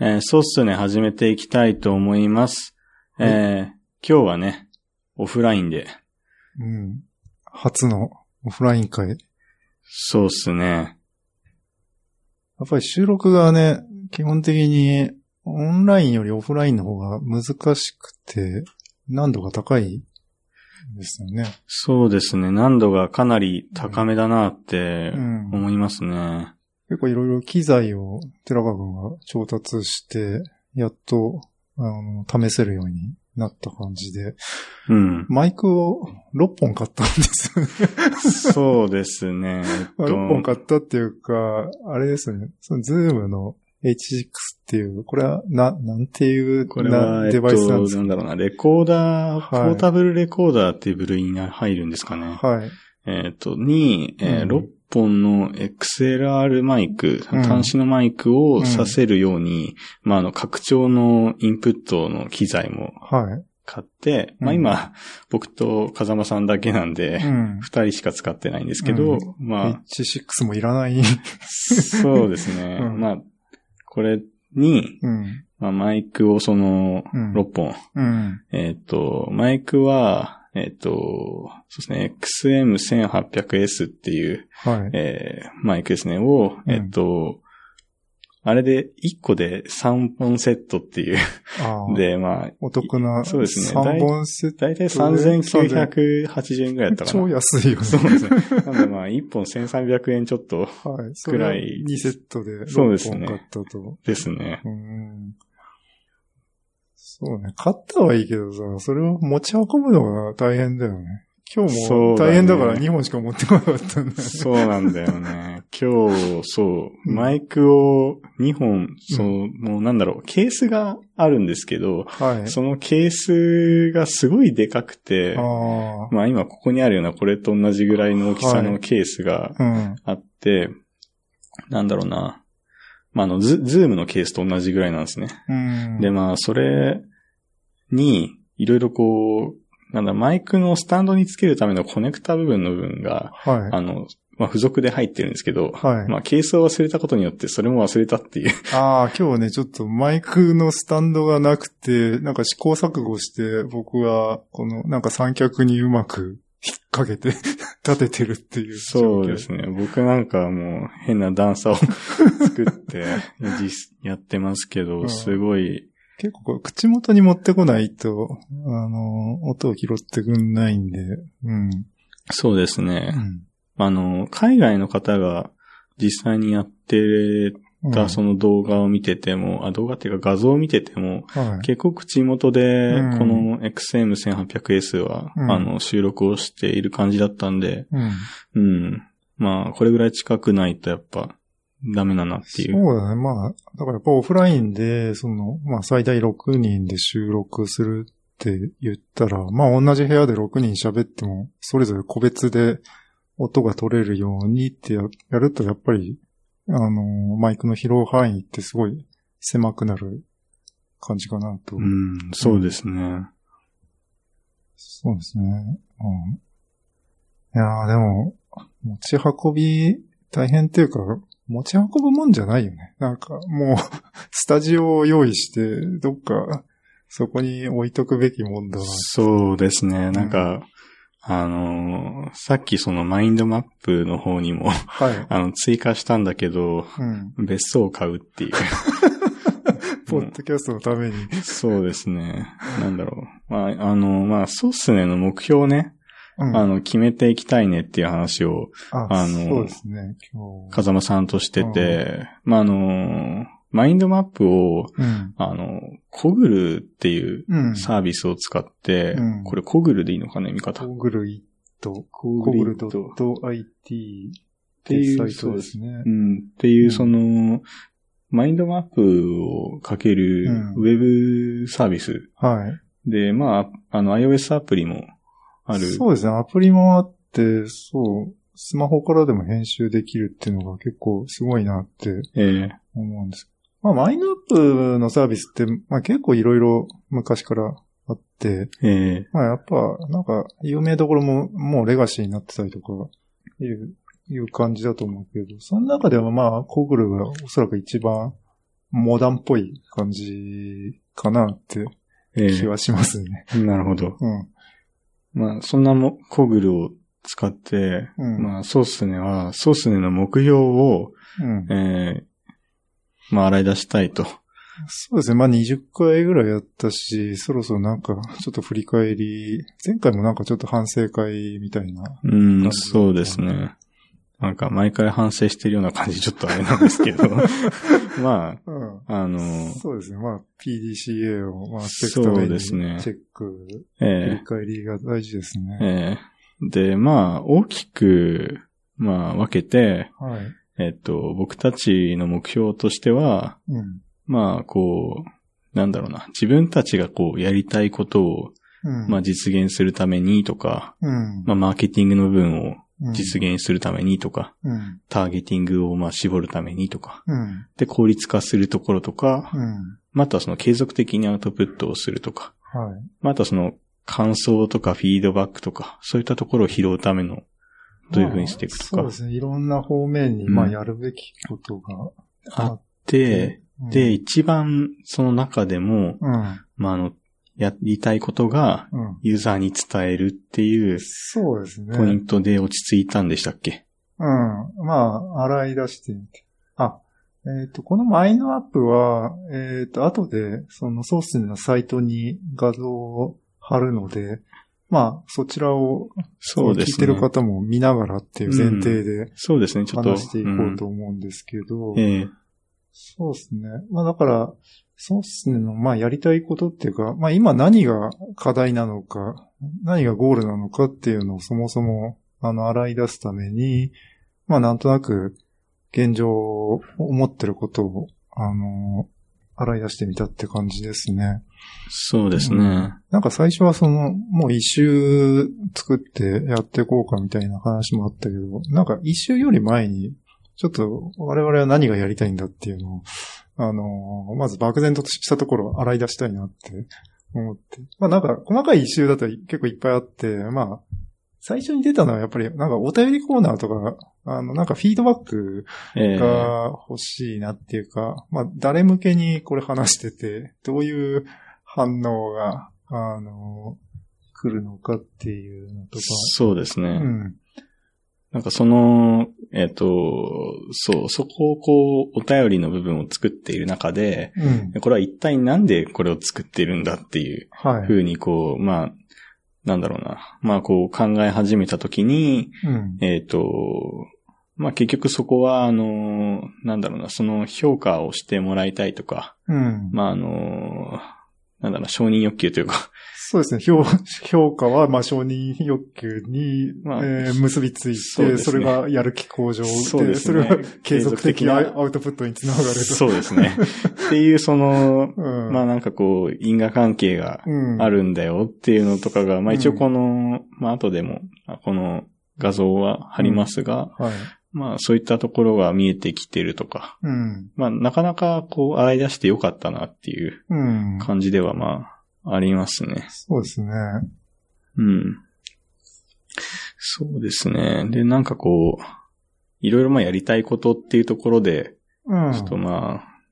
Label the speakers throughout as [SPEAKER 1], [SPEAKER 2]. [SPEAKER 1] えーそうっすね、始めていきたいと思います。えー今日はね、オフラインで。
[SPEAKER 2] うん。初のオフライン会。や
[SPEAKER 1] そうっすね。
[SPEAKER 2] っぱり収録がね、基本的にオンラインよりオフラインの方が難しくて、難度が高いですよね。
[SPEAKER 1] そうですね、難度がかなり高めだなって
[SPEAKER 2] うん。
[SPEAKER 1] 思いますね。
[SPEAKER 2] 結構いろいろ機材を寺川君が調達して、やっと、あの、試せるようになった感じで、
[SPEAKER 1] うん。
[SPEAKER 2] マイクを6本買ったんですよね。
[SPEAKER 1] そうですね。え
[SPEAKER 2] ま
[SPEAKER 1] っ
[SPEAKER 2] あ
[SPEAKER 1] と
[SPEAKER 2] 6本買ったっていうか、あれですね、そのズームの H6 っていう、これは、な、なんていう
[SPEAKER 1] これは、
[SPEAKER 2] な
[SPEAKER 1] えっ
[SPEAKER 2] デ
[SPEAKER 1] と、
[SPEAKER 2] バイスなんです
[SPEAKER 1] なんだろうな、レコーダー、
[SPEAKER 2] はい
[SPEAKER 1] ポータブルレコーダーっていう部類が入るんですかね。
[SPEAKER 2] かはい。
[SPEAKER 1] えっ、と、に、えー
[SPEAKER 2] うん
[SPEAKER 1] 6本の XLR マイク、
[SPEAKER 2] うん
[SPEAKER 1] 端子のマイク
[SPEAKER 2] う
[SPEAKER 1] を
[SPEAKER 2] ん
[SPEAKER 1] させるように、まあ、あの、拡張のインプットの機材も
[SPEAKER 2] は
[SPEAKER 1] 買って、
[SPEAKER 2] うん
[SPEAKER 1] まあ今、僕と風間さんだけなんで
[SPEAKER 2] い。、うん。
[SPEAKER 1] 二、人しか使ってないんですけど、
[SPEAKER 2] うん
[SPEAKER 1] まあ、
[SPEAKER 2] H6 もい らない。
[SPEAKER 1] そうですね。
[SPEAKER 2] うん
[SPEAKER 1] まあ、これに、
[SPEAKER 2] うん。
[SPEAKER 1] まあ、マイクをその、
[SPEAKER 2] うん
[SPEAKER 1] 6本、
[SPEAKER 2] うん。
[SPEAKER 1] えっ、と、マイクは、えっ、と、そうですね、XM1800S っていう、
[SPEAKER 2] はい。
[SPEAKER 1] えーマイクですね、を、
[SPEAKER 2] うん
[SPEAKER 1] えっと、あれで1個で3本セットっていう。
[SPEAKER 2] ああ。
[SPEAKER 1] で、まあ、
[SPEAKER 2] お得な
[SPEAKER 1] そうですね
[SPEAKER 2] 3本セット。
[SPEAKER 1] だいたい3980円ぐらいだったか
[SPEAKER 2] 超
[SPEAKER 1] な。
[SPEAKER 2] 安いよね。
[SPEAKER 1] そうですね。なんでまあ、1本1300円ちょっと
[SPEAKER 2] はい。それ
[SPEAKER 1] く
[SPEAKER 2] は
[SPEAKER 1] らい
[SPEAKER 2] 2セットで
[SPEAKER 1] そうです
[SPEAKER 2] 6
[SPEAKER 1] ね
[SPEAKER 2] 本買ったと。
[SPEAKER 1] です ね。
[SPEAKER 2] うんそうね。買ったはいいけどさ、それを持ち運ぶのが大変だよね。今日
[SPEAKER 1] そ
[SPEAKER 2] も
[SPEAKER 1] うだね
[SPEAKER 2] 大変だから2本しか持ってこなかったんだよね。
[SPEAKER 1] そうなんだよね。今日、そう、
[SPEAKER 2] うん
[SPEAKER 1] マイクを2本、そう、もうなんだろう、ケースがあるんですけど、
[SPEAKER 2] はい。
[SPEAKER 1] そのケースがすごいでかくて、
[SPEAKER 2] あ
[SPEAKER 1] まあ今ここにあるようなこれと同じぐらいの大きさ
[SPEAKER 2] は
[SPEAKER 1] の
[SPEAKER 2] い
[SPEAKER 1] ケースが
[SPEAKER 2] あ。うん。
[SPEAKER 1] あって、なんだろうな。まあ、あの、ズ、ズームのケースと同じぐらいなんですね。
[SPEAKER 2] うん。
[SPEAKER 1] で、まあ、それに、いろいろこう、なんだ、マイクのスタンドにつけるためのコネクタ部分の部分が、
[SPEAKER 2] はい。
[SPEAKER 1] あの、まあ、付属で入ってるんですけど、
[SPEAKER 2] はい。
[SPEAKER 1] まあ、ケースを忘れたことによって、それも忘れたって いう。
[SPEAKER 2] ああ、今日ね、ちょっとマイクのスタンドがなくて、なんか試行錯誤して、僕は、この、なんか三脚にうまく引っ掛けて 立ててるっていう状
[SPEAKER 1] そ
[SPEAKER 2] 況。
[SPEAKER 1] うですね。僕なんかもう、変な段差を 作って、実やってますけ
[SPEAKER 2] う
[SPEAKER 1] ど、
[SPEAKER 2] ん
[SPEAKER 1] すごい、
[SPEAKER 2] 結構こう口元に持ってこないと、あの、音を拾ってくんないんで、うん。
[SPEAKER 1] そうです
[SPEAKER 2] う
[SPEAKER 1] ね。
[SPEAKER 2] ん
[SPEAKER 1] あの、海外の方が実際にやって
[SPEAKER 2] う
[SPEAKER 1] た
[SPEAKER 2] ん
[SPEAKER 1] その動画を見てても、あ、動画っていうか画像を見てても、
[SPEAKER 2] はい。
[SPEAKER 1] 結構口元で
[SPEAKER 2] う、ん
[SPEAKER 1] この XM1800S は、
[SPEAKER 2] うん
[SPEAKER 1] あの、収録をしている感じだったんで、
[SPEAKER 2] うん。
[SPEAKER 1] うん。まあ、これぐらい近くないとやっぱ、ダメだなっていう。
[SPEAKER 2] そうだね。まあ、だからやっぱオフラインで、その、まあ最大6人で収録するって言ったら、まあ同じ部屋で6人喋っても、それぞれ個別で音が取れるようにってややると、やっぱり、あの、マイクの拾う範囲ってすごい狭くなる感じかなと。
[SPEAKER 1] うん、そうですね。
[SPEAKER 2] そうですね。うん。いやーでも、持ち運び大変っていうか、持ち運ぶもんじゃないよね。なんかもう、 スタジオを用意して、どっか、そこに置いとくべきもんだな。
[SPEAKER 1] そうですね。なんか、あのーさっきそのマインドマップの方にも、
[SPEAKER 2] はい。
[SPEAKER 1] あの、追加したんだけど、
[SPEAKER 2] うん。
[SPEAKER 1] 別荘を買うっていう。
[SPEAKER 2] ポッドキャストのために。
[SPEAKER 1] そうですね。なんだろう。まあ、あの、まあ、そうっすねの目標をね、
[SPEAKER 2] うん
[SPEAKER 1] あの、決めていきたいねっていう話を、
[SPEAKER 2] あ
[SPEAKER 1] あの
[SPEAKER 2] そうですね、今日。
[SPEAKER 1] 風間さんとしてて、まあ、あの、マインドマップを、
[SPEAKER 2] うん。
[SPEAKER 1] あの、コグルっていう
[SPEAKER 2] うん。
[SPEAKER 1] サービスを使って、
[SPEAKER 2] うん
[SPEAKER 1] これコグルでいいのかね、見方。
[SPEAKER 2] コグルイット、
[SPEAKER 1] コ
[SPEAKER 2] コグル
[SPEAKER 1] イッ
[SPEAKER 2] ド
[SPEAKER 1] ト
[SPEAKER 2] ット IT
[SPEAKER 1] ていう
[SPEAKER 2] サイトですね
[SPEAKER 1] う。ん、っていう、その、マインドマップをかける
[SPEAKER 2] うん
[SPEAKER 1] ウェブサービス
[SPEAKER 2] はい。
[SPEAKER 1] で、まあ、あの、iOS アプリもある。
[SPEAKER 2] そうですね。アプリもあって、そう、スマホからでも編集できるっていうのが結構すごいなって
[SPEAKER 1] ええ
[SPEAKER 2] 思うんです。まあ、マインドアップのサービスって、まあ結構いろいろ昔からあって、
[SPEAKER 1] ええ
[SPEAKER 2] まあやっぱなんか有名どころももうレガシーになってたりとかいう、いう感じだと思うけど、その中ではまあ、コグルがおそらく一番モダンっぽい感じかなって
[SPEAKER 1] ええ
[SPEAKER 2] 気はしますね。
[SPEAKER 1] なるほど。
[SPEAKER 2] うん。
[SPEAKER 1] まあ、そんなも、コグルを使って、
[SPEAKER 2] うん。
[SPEAKER 1] まあ、ソースネは、ソースネの目標を、
[SPEAKER 2] うん
[SPEAKER 1] ええまあ、洗い出したいと。
[SPEAKER 2] そうですね。まあ、20回ぐらいやったし、そろそろなんか、ちょっと振り返り、前回もなんかちょっと反省会みたいな。
[SPEAKER 1] うん
[SPEAKER 2] 感、じ
[SPEAKER 1] そうですね。なんか、毎回反省してるような感じ、ちょっとあれなんですけ ど。ま
[SPEAKER 2] うん。
[SPEAKER 1] あ、あの、
[SPEAKER 2] そうですね。まあ、PDCA を回していく
[SPEAKER 1] そ
[SPEAKER 2] た
[SPEAKER 1] う
[SPEAKER 2] めに、
[SPEAKER 1] で
[SPEAKER 2] チ
[SPEAKER 1] す
[SPEAKER 2] ェ
[SPEAKER 1] ね
[SPEAKER 2] ック、
[SPEAKER 1] え
[SPEAKER 2] 振
[SPEAKER 1] え
[SPEAKER 2] り返りが大事ですね。
[SPEAKER 1] ええで、まあ、大きく、まあ、分けて、
[SPEAKER 2] はい。
[SPEAKER 1] えっと、僕たちの目標としては、
[SPEAKER 2] うん。
[SPEAKER 1] まあ、こう、なんだろうな、自分たちがこう、やりたいことを、
[SPEAKER 2] うん。
[SPEAKER 1] まあ、実現するためにとか、
[SPEAKER 2] うん。
[SPEAKER 1] まあ、マーケティングの部分を
[SPEAKER 2] うん
[SPEAKER 1] 実。現するためにとか、
[SPEAKER 2] うん。
[SPEAKER 1] ターゲティングをまあ、絞るためにとか、
[SPEAKER 2] うん。
[SPEAKER 1] で、効率化するところとか、
[SPEAKER 2] うん。
[SPEAKER 1] またその継続的にアウトプットをするとか、
[SPEAKER 2] はい。
[SPEAKER 1] またその感想とかフィードバックとか、そういったところを拾うための、どういうふうにしていくとか。
[SPEAKER 2] まあそうですね。いろんな方面に、
[SPEAKER 1] うん
[SPEAKER 2] まあ、やるべきことが
[SPEAKER 1] あって、
[SPEAKER 2] うん
[SPEAKER 1] で、、一番その中でも、
[SPEAKER 2] うん。
[SPEAKER 1] まあ、あの、やりたいことが、
[SPEAKER 2] うん。
[SPEAKER 1] ユーザーに伝えるっていう
[SPEAKER 2] そうですね。
[SPEAKER 1] ポイントで落ち着いたんでしたっけ、
[SPEAKER 2] うん。まあ、洗い出してみて。あ、えっ、と、このマインドアップは、えっ、と、後で、そのソースのサイトに画像を貼るので、まあ、そちらを、
[SPEAKER 1] そうで
[SPEAKER 2] 聞い
[SPEAKER 1] す
[SPEAKER 2] て
[SPEAKER 1] ね。
[SPEAKER 2] る方も見ながらっていう前提で
[SPEAKER 1] そうですね、ちょっと。
[SPEAKER 2] 話していこうと
[SPEAKER 1] うん
[SPEAKER 2] 思うんですけど、
[SPEAKER 1] ええ
[SPEAKER 2] そうですね。まあ、だから、そうですね。まあ、やりたいことっていうか、まあ、今何が課題なのか、何がゴールなのかっていうのをそもそも、あの、洗い出すために、まあ、なんとなく、現状を思ってることを、あの、洗い出してみたって感じですね。
[SPEAKER 1] そうですね。
[SPEAKER 2] うんなんか最初はその、もう一周作ってやっていこうかみたいな話もあったけど、なんか一周より前に、ちょっと我々は何がやりたいんだっていうのを、あのーまず漠然としたところを洗い出したいなって思って。まあなんか細かい一周だと結構いっぱいあって、まあ、最初に出たのはやっぱりなんかお便りコーナーとか、あのなんかフィードバック
[SPEAKER 1] ええ
[SPEAKER 2] が欲しいなっていうか、まあ、誰向けにこれ話してて、どういう反応が、あの、来るのかっていうのとか。
[SPEAKER 1] そうですね。
[SPEAKER 2] うん。
[SPEAKER 1] なんかその、えっ、と、そう、そこをこう、お便りの部分を作っている中で、
[SPEAKER 2] うん。
[SPEAKER 1] これは一体なんでこれを作ってるんだっていう
[SPEAKER 2] は
[SPEAKER 1] ふ
[SPEAKER 2] い。
[SPEAKER 1] うにこう、まあ、なんだろうな。まあこう考え始めたときに、
[SPEAKER 2] うん。
[SPEAKER 1] えっ、と、まあ結局そこは、あの、なんだろうな、その評価をしてもらいたいとか、
[SPEAKER 2] うん。
[SPEAKER 1] まああの、なんだろうな、承認欲求というか、
[SPEAKER 2] そうですね。評評価は、まあ、承認欲求に、
[SPEAKER 1] まあ
[SPEAKER 2] えー結びついて、
[SPEAKER 1] そ
[SPEAKER 2] そう
[SPEAKER 1] ですね
[SPEAKER 2] れがやる気向上で、
[SPEAKER 1] そうです
[SPEAKER 2] そ
[SPEAKER 1] ね
[SPEAKER 2] れが継続的な
[SPEAKER 1] 継続的な
[SPEAKER 2] アウトプットにつながると。
[SPEAKER 1] そうですね。っていうその、
[SPEAKER 2] うん。
[SPEAKER 1] まあなんかこう、因果関係が
[SPEAKER 2] うん。
[SPEAKER 1] あるんだよっていうのとかが、まあ一応
[SPEAKER 2] うん
[SPEAKER 1] この、まあ後でも、あこの画像は貼りますが、
[SPEAKER 2] はい。
[SPEAKER 1] まあそういったところが見えてきてるとか、
[SPEAKER 2] うん。
[SPEAKER 1] まあなかなかこう洗い出してよかったなっていう
[SPEAKER 2] うん。
[SPEAKER 1] 感じではまあありますね。
[SPEAKER 2] そうですね。
[SPEAKER 1] うん。そうですね。で、なんかこう、いろいろまあやりたいことっていうところで、
[SPEAKER 2] うん。
[SPEAKER 1] ちょっとまあ、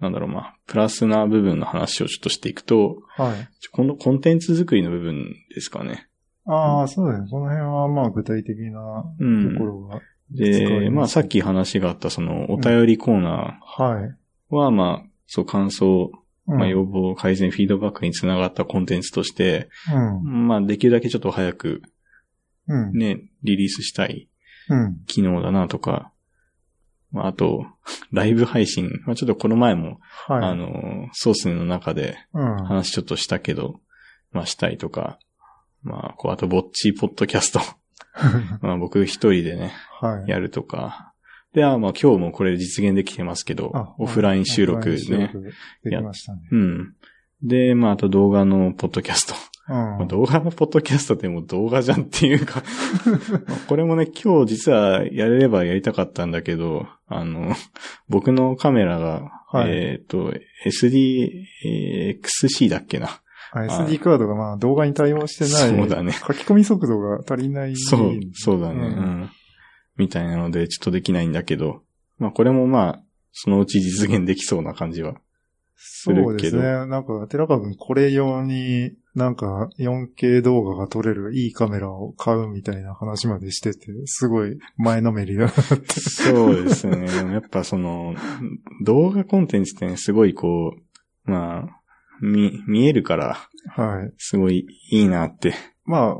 [SPEAKER 1] なんだろうまあ、プラスな部分の話をちょっとしていくと、
[SPEAKER 2] はい。
[SPEAKER 1] ちょこのコンテンツ作りの部分ですかね。
[SPEAKER 2] ああ、そうだね。この辺は、まあ、具体的な
[SPEAKER 1] う
[SPEAKER 2] と
[SPEAKER 1] ん。
[SPEAKER 2] ころが。使わ
[SPEAKER 1] で、
[SPEAKER 2] れ
[SPEAKER 1] まあ
[SPEAKER 2] ます
[SPEAKER 1] さっき話があったそのお便りコーナ
[SPEAKER 2] はい。
[SPEAKER 1] ーはまあそう感想、
[SPEAKER 2] うん
[SPEAKER 1] まあ要望、改善、フィードバックにつながったコンテンツとして、
[SPEAKER 2] うん。
[SPEAKER 1] まあできるだけちょっと早く
[SPEAKER 2] うん。
[SPEAKER 1] ね、リリースしたい
[SPEAKER 2] うん。
[SPEAKER 1] 機能だなとか、まああと、ライブ配信、まあちょっとこの前も、
[SPEAKER 2] はい。
[SPEAKER 1] あの、ソースの中で
[SPEAKER 2] うん。
[SPEAKER 1] 話ちょっとしたけど、まあしたいとか、まあこうあとぼっちポッドキャス ト、まあ僕一人でね、
[SPEAKER 2] はい。
[SPEAKER 1] やるとか。で、あまあ今日もこれ実現できてますけど
[SPEAKER 2] あ、
[SPEAKER 1] オフライン収
[SPEAKER 2] オ
[SPEAKER 1] 録
[SPEAKER 2] フライ
[SPEAKER 1] ね
[SPEAKER 2] ン収録できましたね。
[SPEAKER 1] うん。で、まああと動画のポッドキャスト。
[SPEAKER 2] うん。
[SPEAKER 1] まあ動画のポッドキャストってもう動画じゃんっていう かまあこれもね、今日実はやれればやりたかったんだけど、あの、僕のカメラが、
[SPEAKER 2] はい
[SPEAKER 1] えっ、と、SDXC だっけな。
[SPEAKER 2] あ SD カードが、まあ、動画に対応してない。
[SPEAKER 1] そうだね
[SPEAKER 2] 書き込み速度が足りない。
[SPEAKER 1] そう、そうだね、うんん。みたいなので、ちょっとできないんだけど、まあこれもまあ、そのうち実現できそうな感じは。
[SPEAKER 2] そ
[SPEAKER 1] る
[SPEAKER 2] うで
[SPEAKER 1] け
[SPEAKER 2] す
[SPEAKER 1] ど
[SPEAKER 2] ね。なんか、寺川君これ用に、なんか 4K 動画が撮れるいいカメラを買うみたいな話までしてて、すごい前のめりだ。
[SPEAKER 1] そうですね。で もやっぱその、動画コンテンツってねすごいこう、まあ、見、見えるから、
[SPEAKER 2] はい。
[SPEAKER 1] すごいいいなって。
[SPEAKER 2] まあ、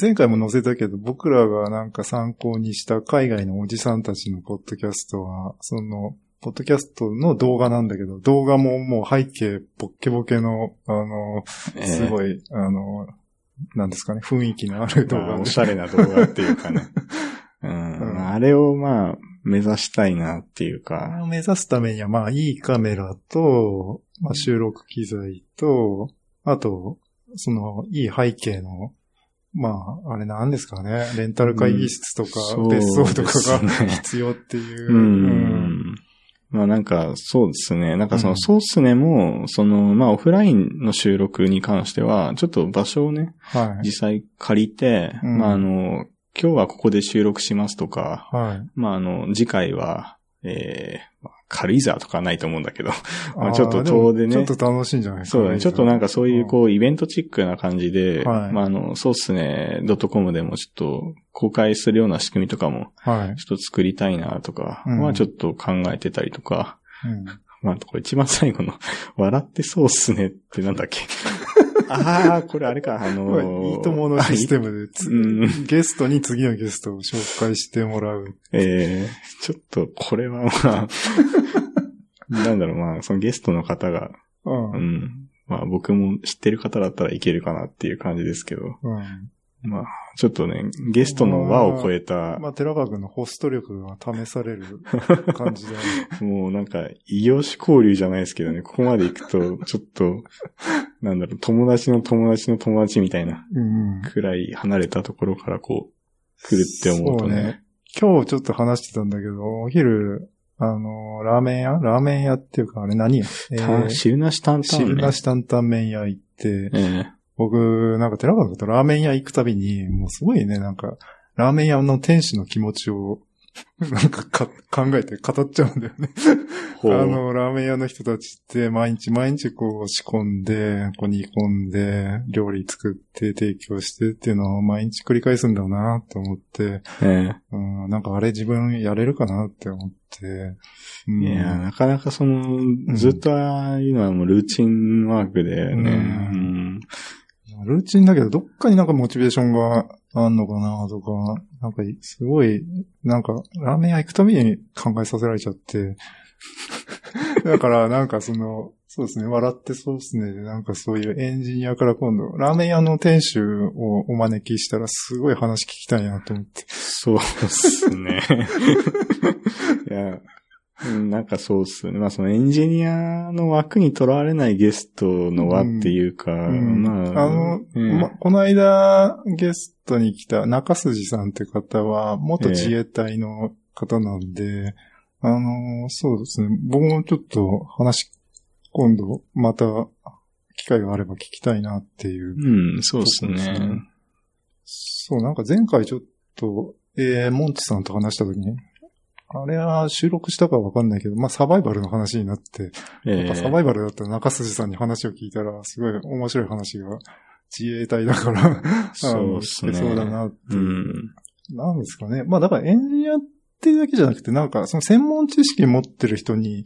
[SPEAKER 2] 前回も載せたけど、僕らがなんか参考にした海外のおじさんたちのポッドキャストは、その、ポッドキャストの動画なんだけど、動画ももう背景ボッケボケの、あの、す
[SPEAKER 1] い。
[SPEAKER 2] ごい、あの、なんですかね、雰囲気のある動
[SPEAKER 1] まあ
[SPEAKER 2] 画
[SPEAKER 1] お
[SPEAKER 2] で
[SPEAKER 1] しゃれな動画っていうかね。うん。
[SPEAKER 2] うん
[SPEAKER 1] あれをまあ、目指したいなっていう
[SPEAKER 2] あれ
[SPEAKER 1] か。
[SPEAKER 2] を目指すためには、まあ、いいカメラと、まあ、収録機材と、あと、その、いい背景の、まあ、あれなんですかね、レンタル会議室とか、
[SPEAKER 1] うん
[SPEAKER 2] 別荘とか
[SPEAKER 1] そうです
[SPEAKER 2] が
[SPEAKER 1] ね
[SPEAKER 2] 必要っていう。うん
[SPEAKER 1] ん。まあなんか、そうですね。なんかその、そうっすねも、その、まあオフラインの収録に関しては、ちょっと場所をね、
[SPEAKER 2] はい。
[SPEAKER 1] 実際借りて、
[SPEAKER 2] うん
[SPEAKER 1] まああの、今日はここで収録しますとか、
[SPEAKER 2] はい。
[SPEAKER 1] まああの、次回は、えーまあ軽井沢とかはないと思うんだけど、まあ
[SPEAKER 2] ー
[SPEAKER 1] ちょっと遠出ね
[SPEAKER 2] もちょっと楽しいんじゃないですか、
[SPEAKER 1] そうだね。ちょっとなんかそういう
[SPEAKER 2] う
[SPEAKER 1] こう、イベントチックな感じで、
[SPEAKER 2] はい
[SPEAKER 1] まああの、そうっすね、.com でもちょっと公開するような仕組みとかも、
[SPEAKER 2] ん。はい。
[SPEAKER 1] ちょっと作りたいなとか、
[SPEAKER 2] うん
[SPEAKER 1] まあちょっと考えてたりとか、まあ、これ一番最後の、 笑ってそうっすねってなんだっけ。 ああ、これあれか、あ
[SPEAKER 2] うんまあ
[SPEAKER 1] のー
[SPEAKER 2] いいとものシステムでつ、
[SPEAKER 1] うん
[SPEAKER 2] ゲストに次のゲストを紹介してもらう。
[SPEAKER 1] ええちょっと、これはまあ、 なんだろう、まあ、そのゲストの方が、
[SPEAKER 2] うん
[SPEAKER 1] う。ん、まあ僕も知ってる方だったらいけるかなっていう感じですけど、
[SPEAKER 2] うん
[SPEAKER 1] まあ、ちょっとね、ゲストの輪を超えた、
[SPEAKER 2] まあ、寺川君のホスト力が試され る感じで、
[SPEAKER 1] もうなんか、異業種交流じゃないですけどね、ここまで行くと、ちょっと、なんだろう、友達の友達の友達みたいな
[SPEAKER 2] うん、
[SPEAKER 1] くらい離れたところからこう、来るって思うと
[SPEAKER 2] そう
[SPEAKER 1] ね
[SPEAKER 2] ね。今日ちょっと話してたんだけど、お昼、あの、ラーメン屋ラーメン屋っていうか、あれ何やえ
[SPEAKER 1] た
[SPEAKER 2] ー、
[SPEAKER 1] 汁なし担々
[SPEAKER 2] 汁
[SPEAKER 1] 麺。
[SPEAKER 2] なし担々麺屋行って、
[SPEAKER 1] ええ
[SPEAKER 2] 僕、なんか寺川君とラーメン屋行くたびに、もうすごいね、なんか、ラーメン屋の店主の気持ちを、なんかか考えて語っちゃうんだよね。
[SPEAKER 1] ほう
[SPEAKER 2] あの、ラーメン屋の人たちって、毎日毎日こう仕込んで、こう煮込んで、料理作って提供してっていうのを毎日繰り返すんだなって思って、
[SPEAKER 1] え
[SPEAKER 2] うん、なんかあれ自分やれるかなって思って、うん
[SPEAKER 1] えいや、なかなかその、ずっとああいうのはもうルーチンワークでね、
[SPEAKER 2] うん
[SPEAKER 1] うん
[SPEAKER 2] ルーチンだけど、どっかになんかモチベーションがあんのかなとか、なんかすごい、なんかラーメン屋行くたびに考えさせられちゃって。 だからなんかその、そうですね、笑ってそうですね。なんかそういうエンジニアから今度、ラーメン屋の店主をお招きしたらすごい話聞きたいなと思って。
[SPEAKER 1] そうです ね。いや、うんなんかそうっすね。まあそのエンジニアの枠にとらわれないゲストの輪っていうか、
[SPEAKER 2] ん
[SPEAKER 1] まあ、
[SPEAKER 2] あ
[SPEAKER 1] え
[SPEAKER 2] の
[SPEAKER 1] え
[SPEAKER 2] ま、この間、ゲストに来た中筋さんって方は、元自衛隊の方なんで、あの、そうですね。僕もちょっと話、今度、また、機会があれば聞きたいなっていう。
[SPEAKER 1] うん、そうです
[SPEAKER 2] そうです
[SPEAKER 1] ね
[SPEAKER 2] ね。そう、なんか前回ちょっと、えー、モンチさんと話した時に、あれは収録したかわかんないけど、まあ、サバイバルの話になって、やっぱサバイバルだったら中筋さんに話を聞いたら、すごい面白い話が、自衛隊だから、
[SPEAKER 1] そうっすね
[SPEAKER 2] あの聞けそうだなって
[SPEAKER 1] う
[SPEAKER 2] いう。
[SPEAKER 1] ん。
[SPEAKER 2] なんですかね。まあだからエンジニアってだけじゃなくて、なんかその専門知識持ってる人に、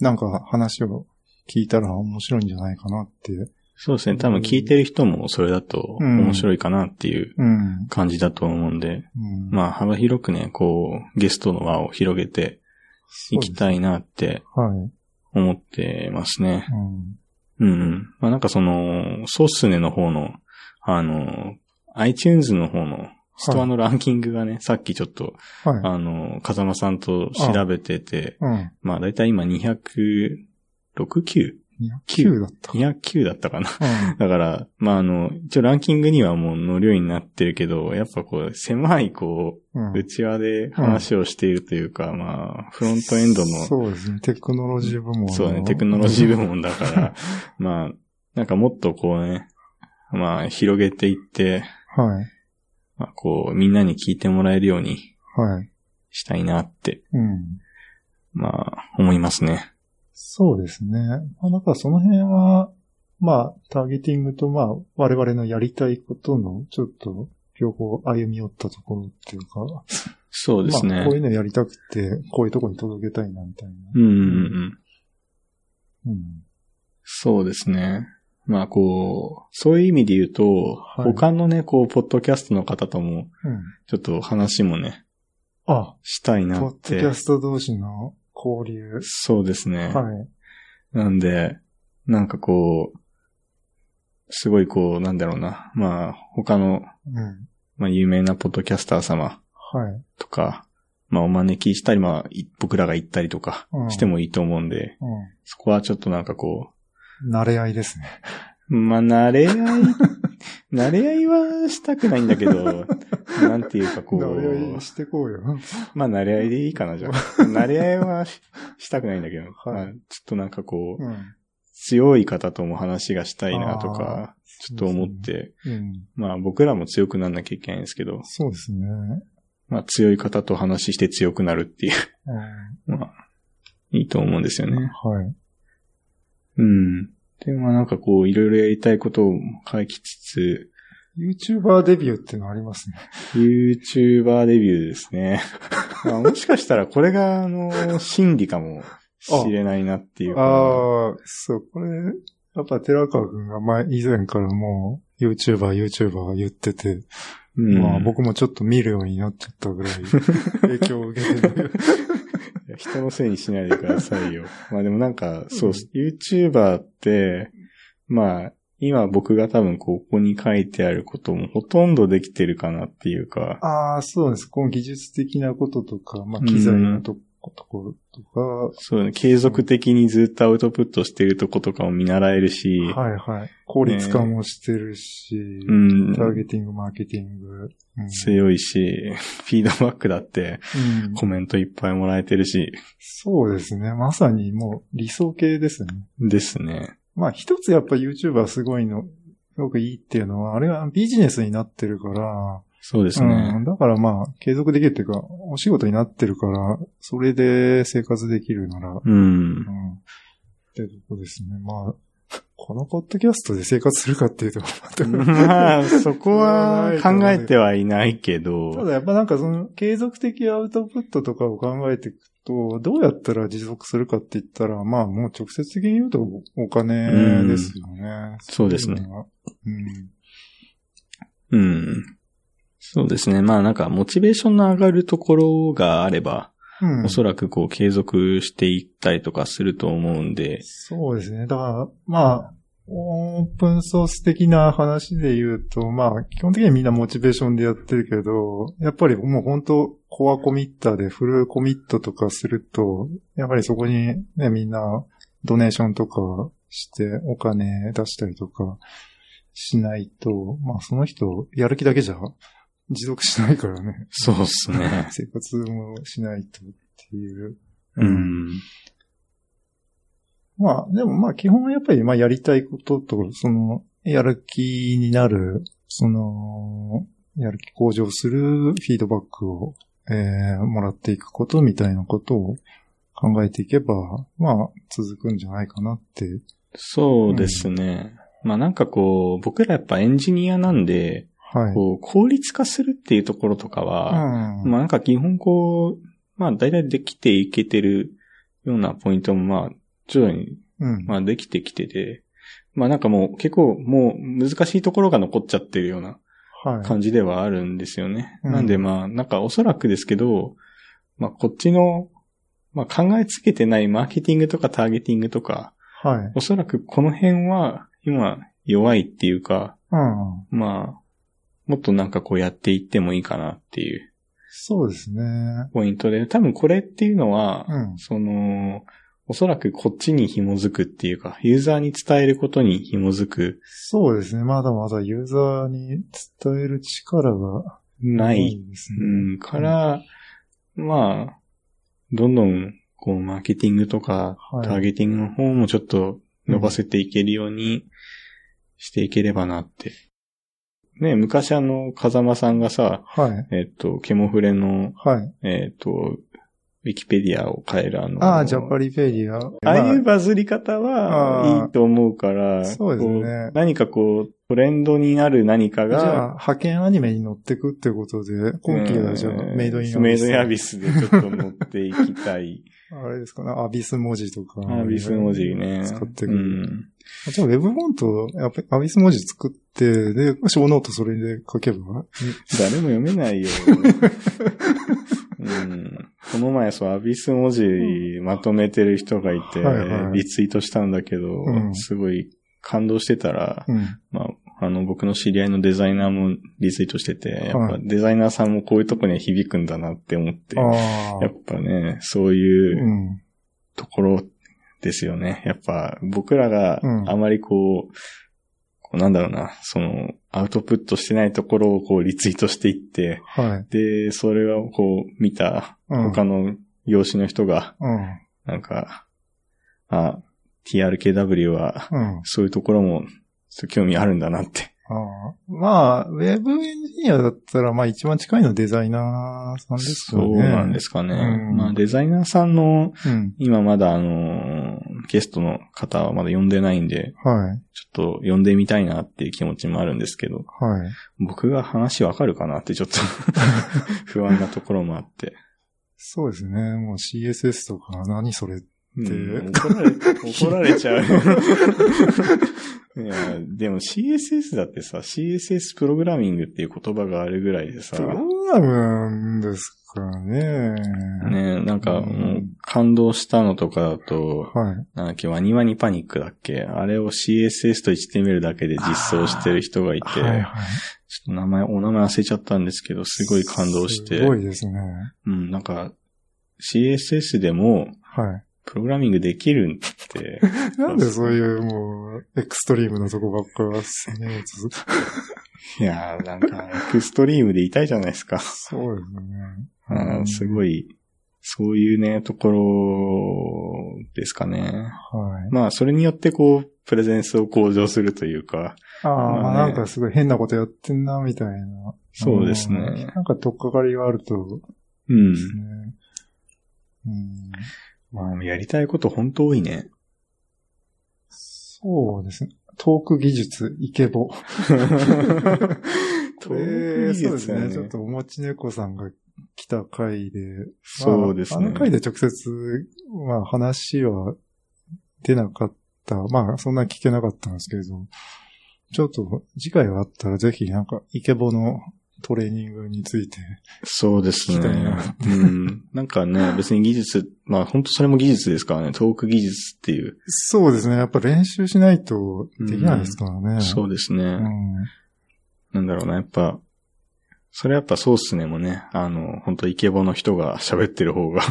[SPEAKER 2] なんか話を聞いたら面白いんじゃないかなって。
[SPEAKER 1] そうですね。多分聞いてる人もそれだと
[SPEAKER 2] うん
[SPEAKER 1] 面白いかなっていう
[SPEAKER 2] うん。
[SPEAKER 1] 感じだと思うんで、
[SPEAKER 2] うん、
[SPEAKER 1] まあ幅広くね、こう、ゲストの輪を広げていき
[SPEAKER 2] い。
[SPEAKER 1] たいなって
[SPEAKER 2] はい。
[SPEAKER 1] 思ってますね。
[SPEAKER 2] うん。
[SPEAKER 1] うんうん。まあなんかその、ソースネの方の、あの、iTunes の方のストアのランキングがね、さっきちょっと、
[SPEAKER 2] はい。
[SPEAKER 1] あの、風間さんと調べてて、
[SPEAKER 2] うん。
[SPEAKER 1] まあだいたい今206、9?209
[SPEAKER 2] 9だ
[SPEAKER 1] だ
[SPEAKER 2] った。
[SPEAKER 1] ったかな。
[SPEAKER 2] うん。
[SPEAKER 1] だから、まあ、あの、一応ランキングにはもう乗るようになってるけど、やっぱこう、狭いこ
[SPEAKER 2] うん
[SPEAKER 1] う、内輪で話をしているというか、まあ、フロントエンドの、
[SPEAKER 2] そうですね。テクノロジー部門の。
[SPEAKER 1] そうだね、テクノロジー部門だ から、まあ、なんかもっとこうね、まあ、広げていって、
[SPEAKER 2] はい。
[SPEAKER 1] まあ、こう、みんなに聞いてもらえるように
[SPEAKER 2] はい。
[SPEAKER 1] したいなって
[SPEAKER 2] うん。
[SPEAKER 1] まあ、思いますね。
[SPEAKER 2] そうですね。まあ、だからその辺は、まあ、ターゲティングと、まあ、我々のやりたいことの、ちょっと、両方歩み寄ったところっていうか、
[SPEAKER 1] そうですね。
[SPEAKER 2] まあ、こういうのやりたくて、こういうとこに届けたいな、みたいな。
[SPEAKER 1] うんうんうん。
[SPEAKER 2] うん。
[SPEAKER 1] そうですね。まあこう、そういう意味で言うと、
[SPEAKER 2] はい
[SPEAKER 1] 他のね、こう、ポッドキャストの方とも、
[SPEAKER 2] うん。
[SPEAKER 1] ちょっと話もね、
[SPEAKER 2] あ、
[SPEAKER 1] したいな
[SPEAKER 2] ポッ
[SPEAKER 1] っ
[SPEAKER 2] ドキャ
[SPEAKER 1] て。
[SPEAKER 2] スト同士の交流。
[SPEAKER 1] そうですね。
[SPEAKER 2] はい。
[SPEAKER 1] なんで、なんかこう、すごいこう、なんだろうな。まあ、他の、
[SPEAKER 2] うん。
[SPEAKER 1] まあ、有名なポッドキャスター様
[SPEAKER 2] はい。
[SPEAKER 1] とか、まあ、お招きしたり、まあ、い僕らが行ったりとか
[SPEAKER 2] うん
[SPEAKER 1] してもいいと思うんで、
[SPEAKER 2] う
[SPEAKER 1] そこはちょっとなんかこ
[SPEAKER 2] ん。慣れ合いですね。
[SPEAKER 1] う、まあ、慣れ合い、慣れ合いはしたくないんだけ ど、なんていうかこ
[SPEAKER 2] 慣れ合
[SPEAKER 1] う
[SPEAKER 2] い、してこうよ。
[SPEAKER 1] まあ、慣れ合いでいいかな、じゃあ。慣れ合いはししたくないんだけど、
[SPEAKER 2] はい
[SPEAKER 1] まあちょっとなんかこう
[SPEAKER 2] う、ん。
[SPEAKER 1] 強い方とも話がしたいなとか、ちょっと思っ
[SPEAKER 2] そう
[SPEAKER 1] て、
[SPEAKER 2] うん。
[SPEAKER 1] まあ僕らも強くなんなきゃいけないんですけど、
[SPEAKER 2] そうですね。
[SPEAKER 1] まあ強い方と話して強くなるっていう、
[SPEAKER 2] うん。
[SPEAKER 1] まあ、いいと思うんですよね。
[SPEAKER 2] はい。
[SPEAKER 1] うん。で、まあなんかこう、いろいろやりたいことを書きつつ、
[SPEAKER 2] YouTuber デビューっていうのありますね。
[SPEAKER 1] YouTuber デビューですね。 まあもしかしたらこれが、あの、真理かもしれないなっていうか。
[SPEAKER 2] ああ、そう、これ、やっぱ寺川くんが前、以前からもう、YouTuber、YouTuber が言ってて、
[SPEAKER 1] うん、
[SPEAKER 2] まあ僕もちょっと見るようになっちゃったぐ らい、影響を受けてる。
[SPEAKER 1] 人のせいにしないでくださいよ。 まあでもなんか、そうう、
[SPEAKER 2] ん
[SPEAKER 1] YouTuber って、まあ、今僕が多分ここに書いてあることもほとんどできてるかなっていうか、
[SPEAKER 2] ああ、そうです。この技術的なこととか、まあ機材のとこところとか、
[SPEAKER 1] そうね、継続的にずっとアウトプットしてるとことかも見習えるし、
[SPEAKER 2] はいはい。効率化もしてるし、
[SPEAKER 1] うん
[SPEAKER 2] タ、ーゲティング、マーケティング。うん
[SPEAKER 1] 強いし、フィードバックだって
[SPEAKER 2] うん
[SPEAKER 1] コメントいっぱいもらえてるし、
[SPEAKER 2] そうですね。まさにもう理想系ですね。
[SPEAKER 1] ですね。
[SPEAKER 2] まあ一つやっぱ YouTuber すごいの、すごくいいっていうのは、あれはビジネスになってるから、
[SPEAKER 1] そうですね。
[SPEAKER 2] うん、だからまあ継続できるっていうか、お仕事になってるから、それで生活できるなら、
[SPEAKER 1] うん
[SPEAKER 2] う。ん。ってとこですね。まあ、このポッドキャストで生活するかっていうと、また
[SPEAKER 1] ま あ、そこは考えてはいないけど、
[SPEAKER 2] ただやっぱなんかその継続的アウトプットとかを考えていくと、どうやったら持続するかって言ったら、まあもう直接的に言うとお金ですよね。
[SPEAKER 1] そうですね
[SPEAKER 2] いのは。うん。
[SPEAKER 1] うん。そうですね。まあなんか、モチベーションの上がるところがあれば、
[SPEAKER 2] うん。
[SPEAKER 1] おそらくこう継続していったりとかすると思うんで、
[SPEAKER 2] そうですね。だから、まあ、オープンソース的な話で言うと、まあ、基本的にはみんなモチベーションでやってるけど、やっぱりもう本当コアコミッターでフルコミットとかすると、やっぱりそこにね、みんなドネーションとかしてお金出したりとかしないと、まあその人やる気だけじゃ持続しないからね。。
[SPEAKER 1] そうっすね
[SPEAKER 2] 生活もしないとっていう。
[SPEAKER 1] うん。
[SPEAKER 2] まあ、でもまあ基本はやっぱりまあやりたいことと、その、やる気になる、その、やる気向上するフィードバックを、えー、もらっていくことみたいなことを考えていけば、まあ続くんじゃないかなって。
[SPEAKER 1] そうですね。まあなんかこう、僕らやっぱエンジニアなんで、
[SPEAKER 2] はい。
[SPEAKER 1] こう効率化するっていうところとかは、
[SPEAKER 2] ん
[SPEAKER 1] まあなんか基本こう、まあ大体できていけてるようなポイントもまあ徐々に
[SPEAKER 2] うん。
[SPEAKER 1] まあできてきてて、まあなんかもう結構もう難しいところが残っちゃってるような
[SPEAKER 2] はい。
[SPEAKER 1] 感じではあるんですよね。
[SPEAKER 2] うん
[SPEAKER 1] なんでまあ、なんかおそらくですけど、まあこっちの、まあ考えつけてないマーケティングとかターゲティングとか、
[SPEAKER 2] はい。
[SPEAKER 1] おそらくこの辺は今弱いっていうか、
[SPEAKER 2] うん。
[SPEAKER 1] まあ、もっとなんかこうやっていってもいいかなっていう
[SPEAKER 2] そうですね。
[SPEAKER 1] ポイントで、多分これっていうのは、
[SPEAKER 2] うん
[SPEAKER 1] その、おそらくこっちに紐づくっていうか、ユーザーに伝えることに紐づく
[SPEAKER 2] そうですね。まだまだユーザーに伝える力が
[SPEAKER 1] な
[SPEAKER 2] ないいです
[SPEAKER 1] う
[SPEAKER 2] ね。
[SPEAKER 1] ん、から、まあ、どんどん、こう、マーケティングとか、
[SPEAKER 2] はい
[SPEAKER 1] ターゲティングの方もちょっと伸ばせていけるようにしていければなって。ね、昔あの、風間さんがさ、
[SPEAKER 2] はい。
[SPEAKER 1] えっと、ケモフレの、
[SPEAKER 2] はい。
[SPEAKER 1] えっと、ウィキペディアを変えるあの、
[SPEAKER 2] ああ、ジャパリペディア。
[SPEAKER 1] ああいう
[SPEAKER 2] ま
[SPEAKER 1] バズり方
[SPEAKER 2] あ
[SPEAKER 1] は
[SPEAKER 2] ー
[SPEAKER 1] いいと思うから、
[SPEAKER 2] そうですね
[SPEAKER 1] こう何かこう、トレンドになる何か
[SPEAKER 2] あじゃあ、
[SPEAKER 1] が、
[SPEAKER 2] 派遣アニメに乗ってくってことで、今期はじゃあ、
[SPEAKER 1] うん
[SPEAKER 2] メイドインアビス。
[SPEAKER 1] メイドインアビスでちょっと持っていきた い。
[SPEAKER 2] あれですかね、アビス文字とか。
[SPEAKER 1] アビス文字ね。
[SPEAKER 2] 使ってく
[SPEAKER 1] う
[SPEAKER 2] る。
[SPEAKER 1] ん。
[SPEAKER 2] じゃあ、ウェブフォント、やっぱアビス文字作って、で、小ノートそれで書けば
[SPEAKER 1] 誰も読め ないよ。うん、この前、そう、アビス文字まとめてる人がいて、
[SPEAKER 2] はいはい
[SPEAKER 1] リツイートしたんだけど、
[SPEAKER 2] うん
[SPEAKER 1] すごい感動してたら、
[SPEAKER 2] うん。
[SPEAKER 1] まあ、あの、僕の知り合いのデザイナーもリツイートしてて、やっ
[SPEAKER 2] は
[SPEAKER 1] ぱ
[SPEAKER 2] い
[SPEAKER 1] デザイナーさんもこういうとこには響くんだなって思って、
[SPEAKER 2] あ
[SPEAKER 1] や
[SPEAKER 2] あ。
[SPEAKER 1] っ。ぱね、そういううんところですよね。やっぱ僕らが
[SPEAKER 2] うん
[SPEAKER 1] あまりこう、こうなんだろうな、その、アウトプットしてないところをこうリツイートしていって、
[SPEAKER 2] はい。
[SPEAKER 1] で、それをこう見た
[SPEAKER 2] うん
[SPEAKER 1] 他の業種の人が、
[SPEAKER 2] うん。
[SPEAKER 1] なんか、あ、TRKW は
[SPEAKER 2] うん。
[SPEAKER 1] そういうところもちょっと興味あるんだなって。
[SPEAKER 2] ああまあ、ウェブエンジニアだったら、まあ一番近いのはデザイナーさんですよね。
[SPEAKER 1] そうなんですかね。
[SPEAKER 2] うん
[SPEAKER 1] まあデザイナーさんの、
[SPEAKER 2] うん。
[SPEAKER 1] 今まだあの、ゲストの方はまだ呼んでないんで、
[SPEAKER 2] はい。
[SPEAKER 1] ちょっと呼んでみたいなっていう気持ちもあるんですけど、
[SPEAKER 2] はい。
[SPEAKER 1] 僕が話わかるかなってちょっ と不安なところもあって。
[SPEAKER 2] そうですね。もう CSS とか何それ。
[SPEAKER 1] うん怒られ、怒られちゃう。 いや、でも CSS だってさ、CSS プログラミングっていう言葉があるぐらいでさ、
[SPEAKER 2] プ
[SPEAKER 1] ね
[SPEAKER 2] ログラムですからね。
[SPEAKER 1] なんかもう
[SPEAKER 2] う
[SPEAKER 1] ん感動したのとかだと、
[SPEAKER 2] はい。
[SPEAKER 1] なんだっけ、ワニワニパニックだっけあれを CSS と HTML だけで実装してる人がいて、ちょ
[SPEAKER 2] はい
[SPEAKER 1] っ
[SPEAKER 2] はい。
[SPEAKER 1] と名前、お名前忘れちゃったんですけど、すごい感動して、
[SPEAKER 2] すごいですね。
[SPEAKER 1] うん、なんか CSS でも
[SPEAKER 2] は
[SPEAKER 1] プログラミングできるんっ て、
[SPEAKER 2] い。なんでそういうもう、エクストリームなとこばっかですね。つ
[SPEAKER 1] いやー、なんか、エクストリームで痛いじゃないですか。
[SPEAKER 2] そうですね。
[SPEAKER 1] あーすごい、そういうね、ところですかね。
[SPEAKER 2] はい。
[SPEAKER 1] まあ、それによってこう、プレゼンスを向上するというか、
[SPEAKER 2] ああ、
[SPEAKER 1] まあね
[SPEAKER 2] なんかすごい変なことやってんな、みたいな。
[SPEAKER 1] そうですね
[SPEAKER 2] うんなんかとっかかりがあると、
[SPEAKER 1] う
[SPEAKER 2] で
[SPEAKER 1] ん。
[SPEAKER 2] すね。うん。
[SPEAKER 1] まあ、やりたいこと本当多いね。
[SPEAKER 2] そうですね。トーク技術、イケボ。
[SPEAKER 1] トー
[SPEAKER 2] こ
[SPEAKER 1] ク
[SPEAKER 2] れ
[SPEAKER 1] 技
[SPEAKER 2] そうです
[SPEAKER 1] 術だ
[SPEAKER 2] ね。
[SPEAKER 1] ね
[SPEAKER 2] ちょっとおもち猫さんが来た回で。
[SPEAKER 1] そうです
[SPEAKER 2] まあ
[SPEAKER 1] ね
[SPEAKER 2] あの。回で直接、まあ話は出なかった。まあそんな聞けなかったんですけれど。ちょっと次回があったらぜひなんかイケボのトレーニングについて。
[SPEAKER 1] そうです
[SPEAKER 2] 聞きたい
[SPEAKER 1] ね
[SPEAKER 2] な。
[SPEAKER 1] うん。なんかね、別に技術、まあ、本当それも技術ですからね、トーク技術っていう。
[SPEAKER 2] そうですね。やっぱ練習しないとできないですからね。
[SPEAKER 1] そうですね。
[SPEAKER 2] うん。
[SPEAKER 1] なんだろうな、やっぱ、それはやっぱそうっすねもね、あの、本当イケボの人が喋ってる方が、っ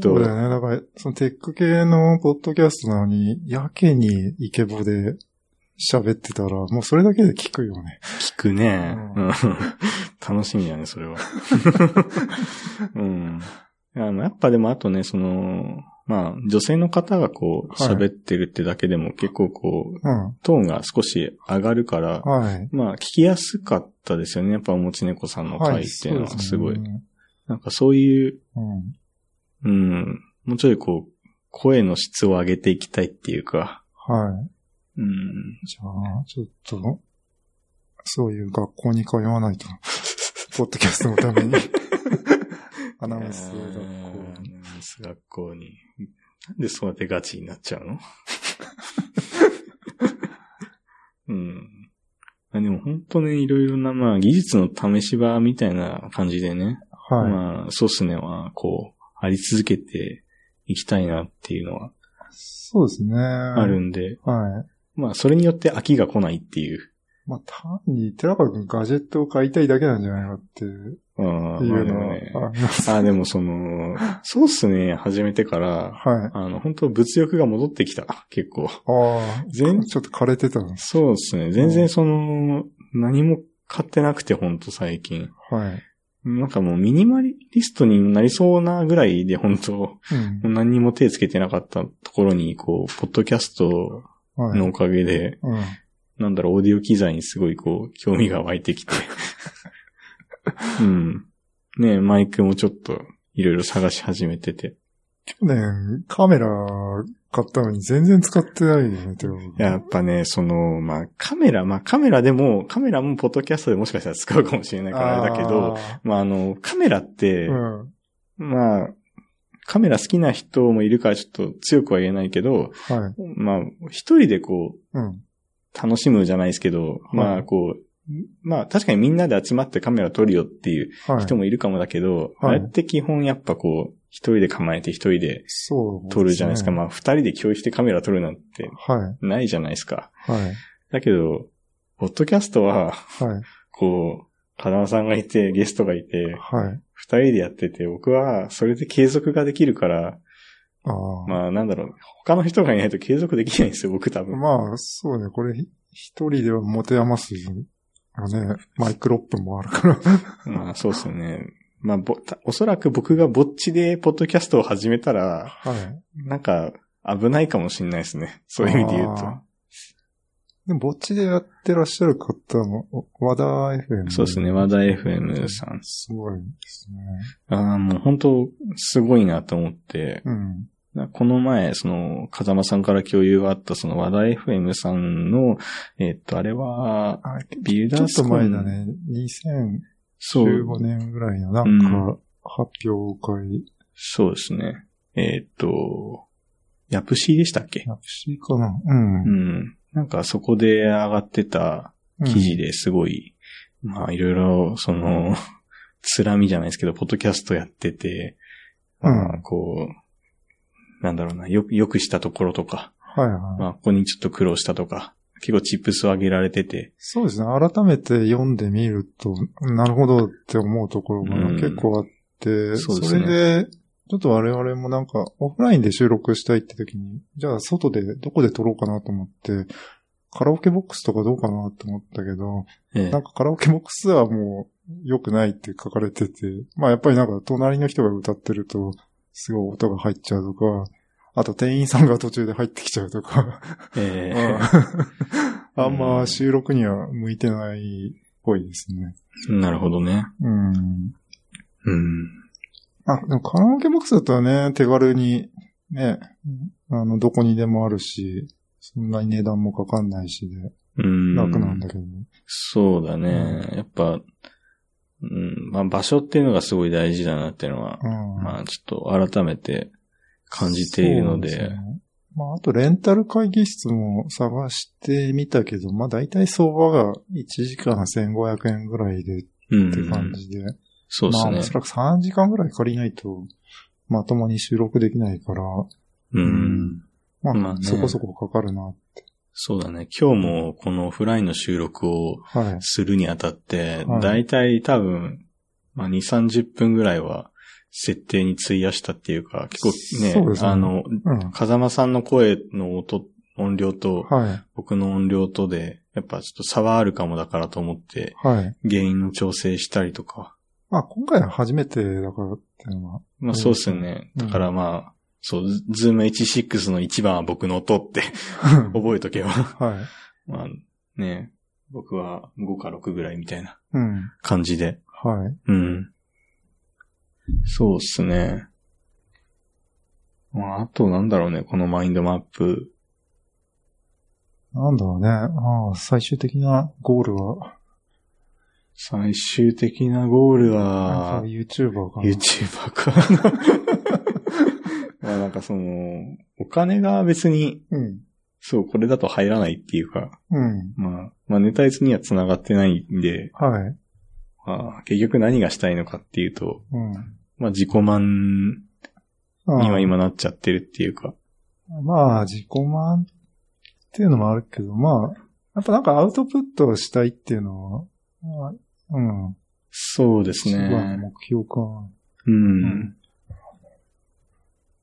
[SPEAKER 1] と
[SPEAKER 2] そうだよね。だから、そのテック系のポッドキャストなのに、やけにイケボで喋ってたら、もうそれだけで聞くよね。
[SPEAKER 1] 聞くね。
[SPEAKER 2] う
[SPEAKER 1] うん 楽しみだね、それは。 うん。あのやっぱでもあとね、その、まあ、女性の方がこう、
[SPEAKER 2] はい
[SPEAKER 1] 喋ってるってだけでも結構こう、
[SPEAKER 2] うん。
[SPEAKER 1] トーンが少し上がるから、
[SPEAKER 2] はい。
[SPEAKER 1] まあ、聞きやすかったですよね。やっぱおもち猫さんの
[SPEAKER 2] は
[SPEAKER 1] 回
[SPEAKER 2] い、
[SPEAKER 1] っていうの
[SPEAKER 2] そ
[SPEAKER 1] は
[SPEAKER 2] うです
[SPEAKER 1] ごい。
[SPEAKER 2] ね
[SPEAKER 1] なんかそういう、
[SPEAKER 2] う
[SPEAKER 1] う
[SPEAKER 2] ん。
[SPEAKER 1] ん、もうちょいこう、声の質を上げていきたいっていうか、
[SPEAKER 2] は
[SPEAKER 1] うん。
[SPEAKER 2] い。じゃあ、ちょっと、そういう学校に通わないと、 ポッドキャストのた めに。アナウンス学校
[SPEAKER 1] アナウンス学校に。なんでそうやってガチになっちゃうの うん。あでも本当ね、いろいろな、まあ、技術の試し場みたいな感じでね、
[SPEAKER 2] はい。
[SPEAKER 1] まあ、ソースネは、こう、あり続けていきたいなっていうのは
[SPEAKER 2] そうですね。
[SPEAKER 1] あ
[SPEAKER 2] あ
[SPEAKER 1] る。んで、
[SPEAKER 2] は
[SPEAKER 1] まあ、それによって飽きが来ないっていう。
[SPEAKER 2] い。まあ、単に、寺川くんガジェットを買いたいだけなんじゃないかっていう
[SPEAKER 1] ああ、まあで
[SPEAKER 2] の
[SPEAKER 1] も
[SPEAKER 2] は
[SPEAKER 1] ね。
[SPEAKER 2] あります。
[SPEAKER 1] あでもその、ソースね、始めてから、
[SPEAKER 2] はい。
[SPEAKER 1] あの、本当物欲が戻ってきた、結構。
[SPEAKER 2] ああ、
[SPEAKER 1] 全
[SPEAKER 2] ちょっと枯れてたんです。
[SPEAKER 1] そうですね。全然その、何も買ってなくて、ほんと最近。
[SPEAKER 2] はい。
[SPEAKER 1] なんかもうミニマリストになりそうなぐらいで、本当
[SPEAKER 2] うん。
[SPEAKER 1] 何にも手つけてなかったところに、こう、ポッドキャスト
[SPEAKER 2] はい。
[SPEAKER 1] のおかげで、
[SPEAKER 2] うん。
[SPEAKER 1] なんだろう、オーディオ機材にすごいこう、興味が湧いてきて。うん。ねマイクもちょっといろいろ探し始めてて。
[SPEAKER 2] 去年カメラ買ったのに全然使ってないよね、テログ。
[SPEAKER 1] やっぱね、その、まあ、カメラ、まあ、カメラでも、カメラもポッドキャストでもしかしたら使うかもしれないからあれだけど、まあ、あの、カメラって、
[SPEAKER 2] あー、うん。
[SPEAKER 1] まあ、カメラ好きな人もいるからちょっと強くは言えないけど、
[SPEAKER 2] はい。
[SPEAKER 1] まあ、一人でこう、
[SPEAKER 2] うん。
[SPEAKER 1] 楽しむじゃないですけど、
[SPEAKER 2] い
[SPEAKER 1] まあ、こう、まあ、確かにみんなで集まってカメラ撮るよっていう
[SPEAKER 2] はい。
[SPEAKER 1] 人もいるかもだけど、
[SPEAKER 2] はい
[SPEAKER 1] あれって基本やっぱこう、一人で構えて一人で
[SPEAKER 2] そう、
[SPEAKER 1] 撮るじゃないですか。。まあ、二人で共有してカメラ撮るなんて
[SPEAKER 2] はい。
[SPEAKER 1] ないじゃないですか。
[SPEAKER 2] はい。
[SPEAKER 1] だけど、ポッドキャストは、
[SPEAKER 2] はい。
[SPEAKER 1] こう、風間さんがいて、ゲストがいて、
[SPEAKER 2] はい。
[SPEAKER 1] 二人でやってて、僕はそれで継続ができるから、
[SPEAKER 2] ああ。
[SPEAKER 1] まあなんだろう、他の人がいないと継続できないんですよ、僕多分。
[SPEAKER 2] まあ、そうね。これ、ひ一人では持て余すよね。マイクロップもあ るから。
[SPEAKER 1] まあそうですよね。まあぼ、たおそらく僕がぼっちでポッドキャストを始めたら、
[SPEAKER 2] はい。
[SPEAKER 1] なんか危ないかもしれないですね。そういう意味で言う
[SPEAKER 2] あでも、ぼっちでやってらっしゃる方も、お和田 FM。
[SPEAKER 1] と。そうですね、和田 FM さん。
[SPEAKER 2] すごいですね。
[SPEAKER 1] ああ、もう本当すごいなと思って、
[SPEAKER 2] うん。
[SPEAKER 1] なこの前、その、風間さんから共有があった、その和田 FM さんの、えっと、あれは、
[SPEAKER 2] あ
[SPEAKER 1] ビルダ
[SPEAKER 2] ちょ
[SPEAKER 1] ー
[SPEAKER 2] っ
[SPEAKER 1] ス
[SPEAKER 2] と
[SPEAKER 1] コン
[SPEAKER 2] 前だね。2015
[SPEAKER 1] そう、
[SPEAKER 2] 年ぐらいの、な
[SPEAKER 1] うん
[SPEAKER 2] んか、発表会、
[SPEAKER 1] そうですね。えーっと、ヤプシーでしたっけ
[SPEAKER 2] ヤプシーかな。うん。
[SPEAKER 1] うん。なんかそこで上がってた
[SPEAKER 2] うん
[SPEAKER 1] 記事ですごい、まあいろいろ、その、 つらみじゃないですけど、ポッドキャストやってて、まあ
[SPEAKER 2] う
[SPEAKER 1] こう、なんだろうな、よ、よくしたところとか、
[SPEAKER 2] はいはい。
[SPEAKER 1] まあここにちょっと苦労したとか、結構チップスを上げられてて、
[SPEAKER 2] そうですね。改めて読んでみると、なるほどって思うところが
[SPEAKER 1] うん
[SPEAKER 2] 結構あって、
[SPEAKER 1] そう
[SPEAKER 2] そ
[SPEAKER 1] ですね
[SPEAKER 2] れで、ちょっと我々もなんか、オフラインで収録したいって時に、じゃあ外で、どこで撮ろうかなと思って、カラオケボックスとかどうかなと思ったけど、
[SPEAKER 1] ええ
[SPEAKER 2] なんかカラオケボックスはもう良くないって書かれてて、まあやっぱりなんか隣の人が歌ってると、すごい音が入っちゃうとか、あと店員さんが途中で入ってきちゃうとか、
[SPEAKER 1] ええ
[SPEAKER 2] あんま収録には向いてないっぽいですね。
[SPEAKER 1] なるほどね。
[SPEAKER 2] うん。
[SPEAKER 1] うん。
[SPEAKER 2] あ、でもカラオケボックスだったらね、手軽に、ね、あの、どこにでもあるし、そんなに値段もかかんないしで、
[SPEAKER 1] うん。
[SPEAKER 2] 楽なんだけど。
[SPEAKER 1] そうだね。やっぱ、うん、まあ場所っていうのがすごい大事だなっていうのは、
[SPEAKER 2] うん。
[SPEAKER 1] まあちょっと改めて感じているので、
[SPEAKER 2] そうすねまあ、あと、レンタル会議室も探してみたけど、まあ、大体相場が1時間1500円ぐらいでっ
[SPEAKER 1] うん
[SPEAKER 2] て感じで、
[SPEAKER 1] そうで
[SPEAKER 2] まあ、
[SPEAKER 1] す
[SPEAKER 2] お
[SPEAKER 1] ね
[SPEAKER 2] そ。らく3時間ぐらい借りないと、まともに収録できないから、
[SPEAKER 1] うん。
[SPEAKER 2] まあ、
[SPEAKER 1] まあね
[SPEAKER 2] そこそこかかるな。
[SPEAKER 1] そうだね。今日もこのオフラインの収録を
[SPEAKER 2] はい。
[SPEAKER 1] するにあたって、
[SPEAKER 2] はい
[SPEAKER 1] だいたい多分、まあ2、30分ぐらいは設定に費やしたっていうか、結
[SPEAKER 2] そう
[SPEAKER 1] 構
[SPEAKER 2] で
[SPEAKER 1] ね、
[SPEAKER 2] すね
[SPEAKER 1] あの、
[SPEAKER 2] うん。
[SPEAKER 1] 風間さんの声の音、音量と、
[SPEAKER 2] はい。
[SPEAKER 1] 僕の音量とで、やっぱちょっと差はあるかもだからと思って、
[SPEAKER 2] はい。
[SPEAKER 1] 原因の調整したりとか。
[SPEAKER 2] まあ、今回は初めてだからっていうのは、
[SPEAKER 1] まあそうですね。
[SPEAKER 2] うん
[SPEAKER 1] だからまあ、そう、ズズーム16の一番は僕の音って 覚えとけば。
[SPEAKER 2] はい。
[SPEAKER 1] まあね、僕は5か6ぐらいみたいな
[SPEAKER 2] うん。
[SPEAKER 1] 感じで。
[SPEAKER 2] はい。
[SPEAKER 1] うん。そうですね。まああとなんだろうね、このマインドマップ。
[SPEAKER 2] なんだろうね。ああ、最終的なゴールは、
[SPEAKER 1] 最終的なゴールは、
[SPEAKER 2] YouTuber かな。
[SPEAKER 1] YouTuber か。 まあなんかその、お金が別に、
[SPEAKER 2] うん。
[SPEAKER 1] そう、これだと入らないっていうか、
[SPEAKER 2] うん。
[SPEAKER 1] まあ、まあネタ別には繋がってないんで、
[SPEAKER 2] はい。
[SPEAKER 1] まあ、結局何がしたいのかっていうと、
[SPEAKER 2] うん。
[SPEAKER 1] まあ自己満
[SPEAKER 2] ああ
[SPEAKER 1] には今なっちゃってるっていうか、
[SPEAKER 2] まあ、自己満っていうのもあるけど、まあ、やっぱなんかアウトプットをしたいっていうのは、まあ、うん。
[SPEAKER 1] そうです
[SPEAKER 2] 一番
[SPEAKER 1] ね。
[SPEAKER 2] の目標か。
[SPEAKER 1] うん。
[SPEAKER 2] うん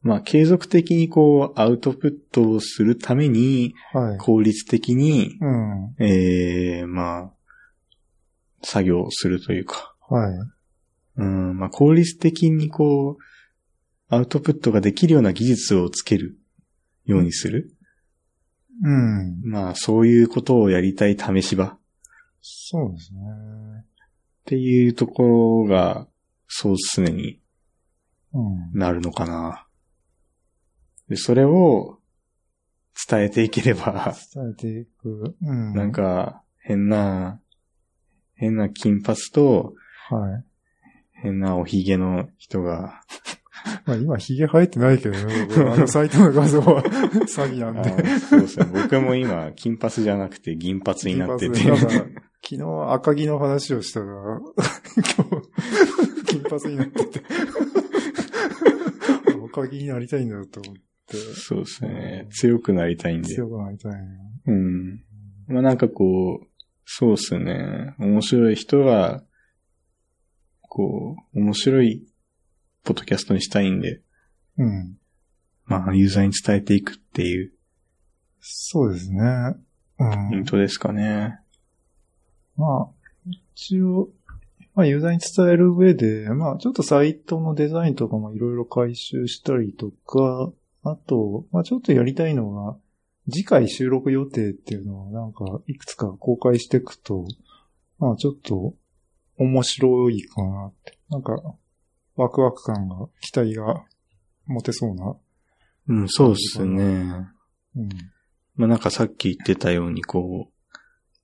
[SPEAKER 1] まあ継続的にこう、アウトプットをするために、
[SPEAKER 2] はい。
[SPEAKER 1] 効率的に、
[SPEAKER 2] うん。
[SPEAKER 1] ええまあ、作業をするというか、
[SPEAKER 2] はい。
[SPEAKER 1] うん、まあ効率的にこう、アウトプットができるような技術をつけるようにする。
[SPEAKER 2] うん。
[SPEAKER 1] まあそういうことをやりたい試し場っ
[SPEAKER 2] そうですね。
[SPEAKER 1] ていうところが、そう常に
[SPEAKER 2] うん。
[SPEAKER 1] なるのかな。で、それを伝えていければ、
[SPEAKER 2] 伝えていく。うん。
[SPEAKER 1] なん、か、変な、変な金髪と、
[SPEAKER 2] はい。
[SPEAKER 1] 変なおひげの人が、
[SPEAKER 2] まあ今、髭生えてないけどね、僕あのサイトの画像は詐欺な
[SPEAKER 1] あ
[SPEAKER 2] んで。
[SPEAKER 1] ー そうですね。僕も今、金髪じゃなくて 銀髪になってて
[SPEAKER 2] 金。髪でなんか昨日赤木の話をしたら、 今日、金髪になって て。赤木になりたいんだと思って。
[SPEAKER 1] そうですね。強くなりたいんで。
[SPEAKER 2] 強くなりたいね。
[SPEAKER 1] うん。まあなんかこう、そうっすね。面白い人が、こう、面白いポッドキャストにしたいんで、
[SPEAKER 2] うん。
[SPEAKER 1] まあユーザーに伝えていくっていう
[SPEAKER 2] そうですね。うん。
[SPEAKER 1] ヒントですかね。
[SPEAKER 2] まあ、一応、まあ、ユーザーに伝える上で、まあ、ちょっとサイトのデザインとかもいろいろ回収したりとか、あと、まあ、ちょっとやりたいのが、次回収録予定っていうのをなんか、いくつか公開していくと、まあ、ちょっと、面白いかなって。なんか、ワクワク感が、期待が持てそうな。
[SPEAKER 1] うん、そうっすね。
[SPEAKER 2] うん。
[SPEAKER 1] まあなんかさっき言ってたように、こ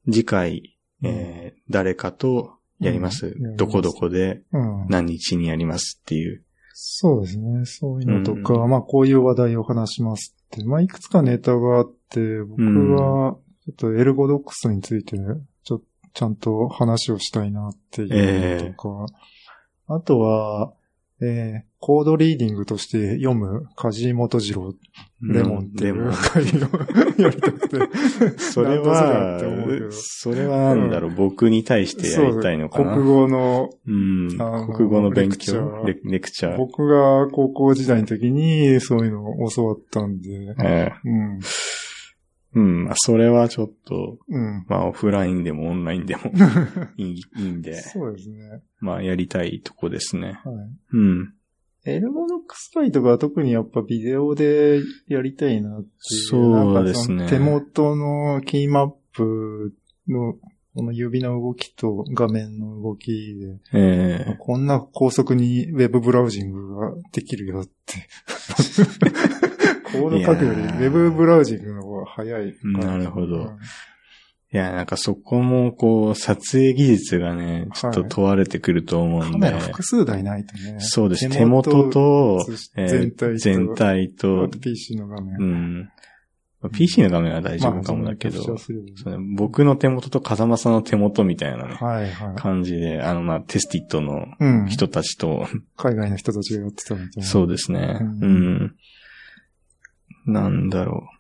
[SPEAKER 1] う、次回、えー誰かとやります。
[SPEAKER 2] うんやります
[SPEAKER 1] どこどこで
[SPEAKER 2] うん。
[SPEAKER 1] 何日にやりますっていう。
[SPEAKER 2] そうですね。そういうのとか、
[SPEAKER 1] う
[SPEAKER 2] まあこういう話題を話しますって、まあいくつかネタがあって、僕はちょっとエルゴドックスについて、ちょ、ちゃんと話をしたいなっていうのとか、あとは、えーコードリーディングとして読む梶本次郎レモンってい
[SPEAKER 1] レモ
[SPEAKER 2] う
[SPEAKER 1] ン
[SPEAKER 2] 会をやり たくて。
[SPEAKER 1] それ
[SPEAKER 2] なんだ
[SPEAKER 1] は
[SPEAKER 2] それって思うけど、
[SPEAKER 1] それはなんだろう、僕に対してやりたいのかな。
[SPEAKER 2] そう国語の
[SPEAKER 1] うん
[SPEAKER 2] あの
[SPEAKER 1] 国語の勉
[SPEAKER 2] レクチャ
[SPEAKER 1] 強
[SPEAKER 2] ー
[SPEAKER 1] レレクチャー。
[SPEAKER 2] 僕が高校時代の時にそういうのを教わったんで、
[SPEAKER 1] ええ
[SPEAKER 2] うん。
[SPEAKER 1] うん、まあそれはちょっと、
[SPEAKER 2] うん。
[SPEAKER 1] まあオフラインでもオンライン でもいいいいんで、
[SPEAKER 2] そうですね。
[SPEAKER 1] まあやりたいとこですね。
[SPEAKER 2] はい。
[SPEAKER 1] うん。
[SPEAKER 2] エルモノックス会とかは特にやっぱビデオでやりたいなっていう。
[SPEAKER 1] そうですね
[SPEAKER 2] なんかその手元のキーマップのこの指の動きと画面の動きで、
[SPEAKER 1] ええ
[SPEAKER 2] こんな高速にウェブブラウジングができる よって。コード書くよりウェブブラウジングの方が早いから。
[SPEAKER 1] なるほど
[SPEAKER 2] うん
[SPEAKER 1] いや、なんかそこもこう、撮影技術がね、ちょっと問われてくると思う
[SPEAKER 2] カ
[SPEAKER 1] んで、
[SPEAKER 2] メラ複数台ないとね。
[SPEAKER 1] そうです。手元と、ええ
[SPEAKER 2] 全体と
[SPEAKER 1] 全体
[SPEAKER 2] あ
[SPEAKER 1] と
[SPEAKER 2] と、PC の画面。
[SPEAKER 1] うん。まあ PC の画面は大丈夫かもだけど、
[SPEAKER 2] まあそんなキャプチャーす
[SPEAKER 1] その僕の手元と風間さんの手元みたいな
[SPEAKER 2] れ
[SPEAKER 1] ね、
[SPEAKER 2] ばはいはい。
[SPEAKER 1] 感じで、あの、まあ、テスティットの
[SPEAKER 2] うん。
[SPEAKER 1] 人たちと、
[SPEAKER 2] 海外の人たちがやってたみたいな。
[SPEAKER 1] そうですね、う。
[SPEAKER 2] うん
[SPEAKER 1] なんだろう。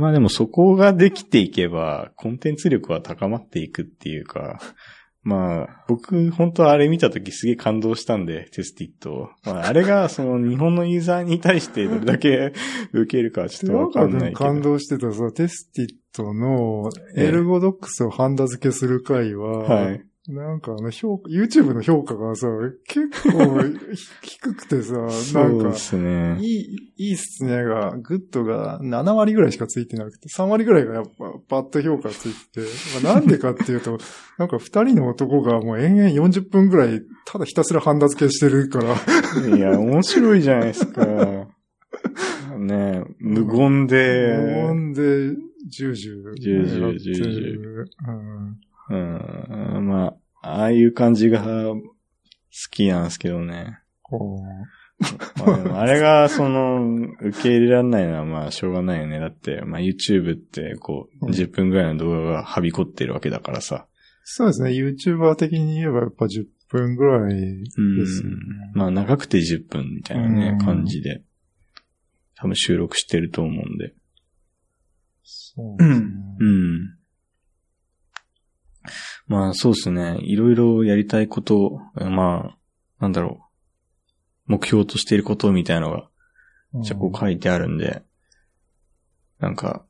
[SPEAKER 1] まあでもそこができていけば、コンテンツ力は高まっていくっていうか、まあ、僕、本当あれ見たときすげえ感動したんで、テスティット。まあ、あれが、その、日本のユーザーに対してどれだけ受けるかはちょっとわかんないけど。
[SPEAKER 2] 感動してたさ、テスティットの
[SPEAKER 1] ええ
[SPEAKER 2] エルゴドックスをハンダ付けする回は、
[SPEAKER 1] はい。
[SPEAKER 2] なんかあの評価、YouTube の評価がさ、結構低くてさ、なん
[SPEAKER 1] そう
[SPEAKER 2] か
[SPEAKER 1] で、すね。
[SPEAKER 2] いい、いいっすねが、グッドが7割ぐらいしかついてなくて、3割ぐらいがやっぱバッド評価ついてて、まあなんでかっていうと、 なんか2人の男がもう延々40分ぐらい、ただひたすらハンダ付けしてるから、
[SPEAKER 1] いや、面白いじゃないですか。ねえ無言で、
[SPEAKER 2] 無音で、ジュージュー。
[SPEAKER 1] ジュージュージュージュー
[SPEAKER 2] うん。
[SPEAKER 1] うん、まあ、ああいう感じが好きなんですけどね。
[SPEAKER 2] こ
[SPEAKER 1] まあで もあれが、その、受け入れられないのは、まあ、しょうがないよね。だって、まあ、YouTube って、こう、
[SPEAKER 2] うん
[SPEAKER 1] 10分ぐらいの動画がはびこってるわけだからさ。
[SPEAKER 2] うそうですね、YouTuber 的に言えばやっぱ10分ぐらいですよね。
[SPEAKER 1] まあ、長くて10分みたいなね、
[SPEAKER 2] うん
[SPEAKER 1] 感じで、多分収録してると思うんで。
[SPEAKER 2] そうですね。
[SPEAKER 1] うん。まあそうですね。いろいろやりたいこと、まあ、なんだろう。目標としていることみたいなのが、
[SPEAKER 2] うん
[SPEAKER 1] じゃあこう書いてあるんで、なんか、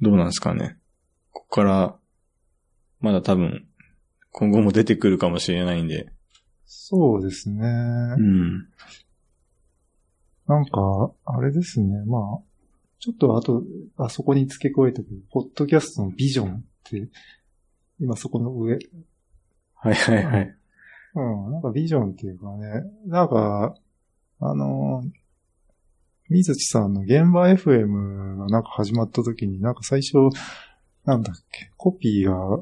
[SPEAKER 1] どうなんですかね。ここから、まだ多分、今後も出てくるかもしれないんで。
[SPEAKER 2] そうですね。
[SPEAKER 1] うん。
[SPEAKER 2] なんか、あれですね、まあ、ちょっとあと、あそこに付け加えたけど、ポッドキャストのビジョンって、今そこの上、
[SPEAKER 1] はいはいはい。
[SPEAKER 2] うん、なんかビジョンっていうかね、なんか、あのー、水木さんの現場 FM がなんか始まった時に、なんか最初、なんだっけ、コピーが、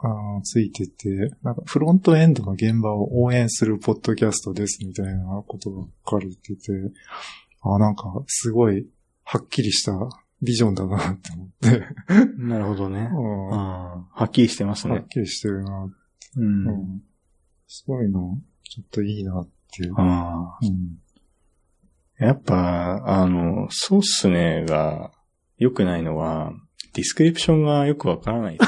[SPEAKER 2] あーついてて、なんかフロントエンドの現場を応援するポッドキャストですみたいなことが書かれてて、あーなんかすごいはっきりしたビジョンだなって思って、
[SPEAKER 1] なるほどね。
[SPEAKER 2] うんは
[SPEAKER 1] ああ、はっきりしてますね
[SPEAKER 2] っ。きりしてるなって、
[SPEAKER 1] う。
[SPEAKER 2] うんん、そういうのちょっといいなって、う
[SPEAKER 1] あ
[SPEAKER 2] ん、
[SPEAKER 1] あ。やっぱ、あの、ソースねが良くないのは、ディスクリプションがよくわからないって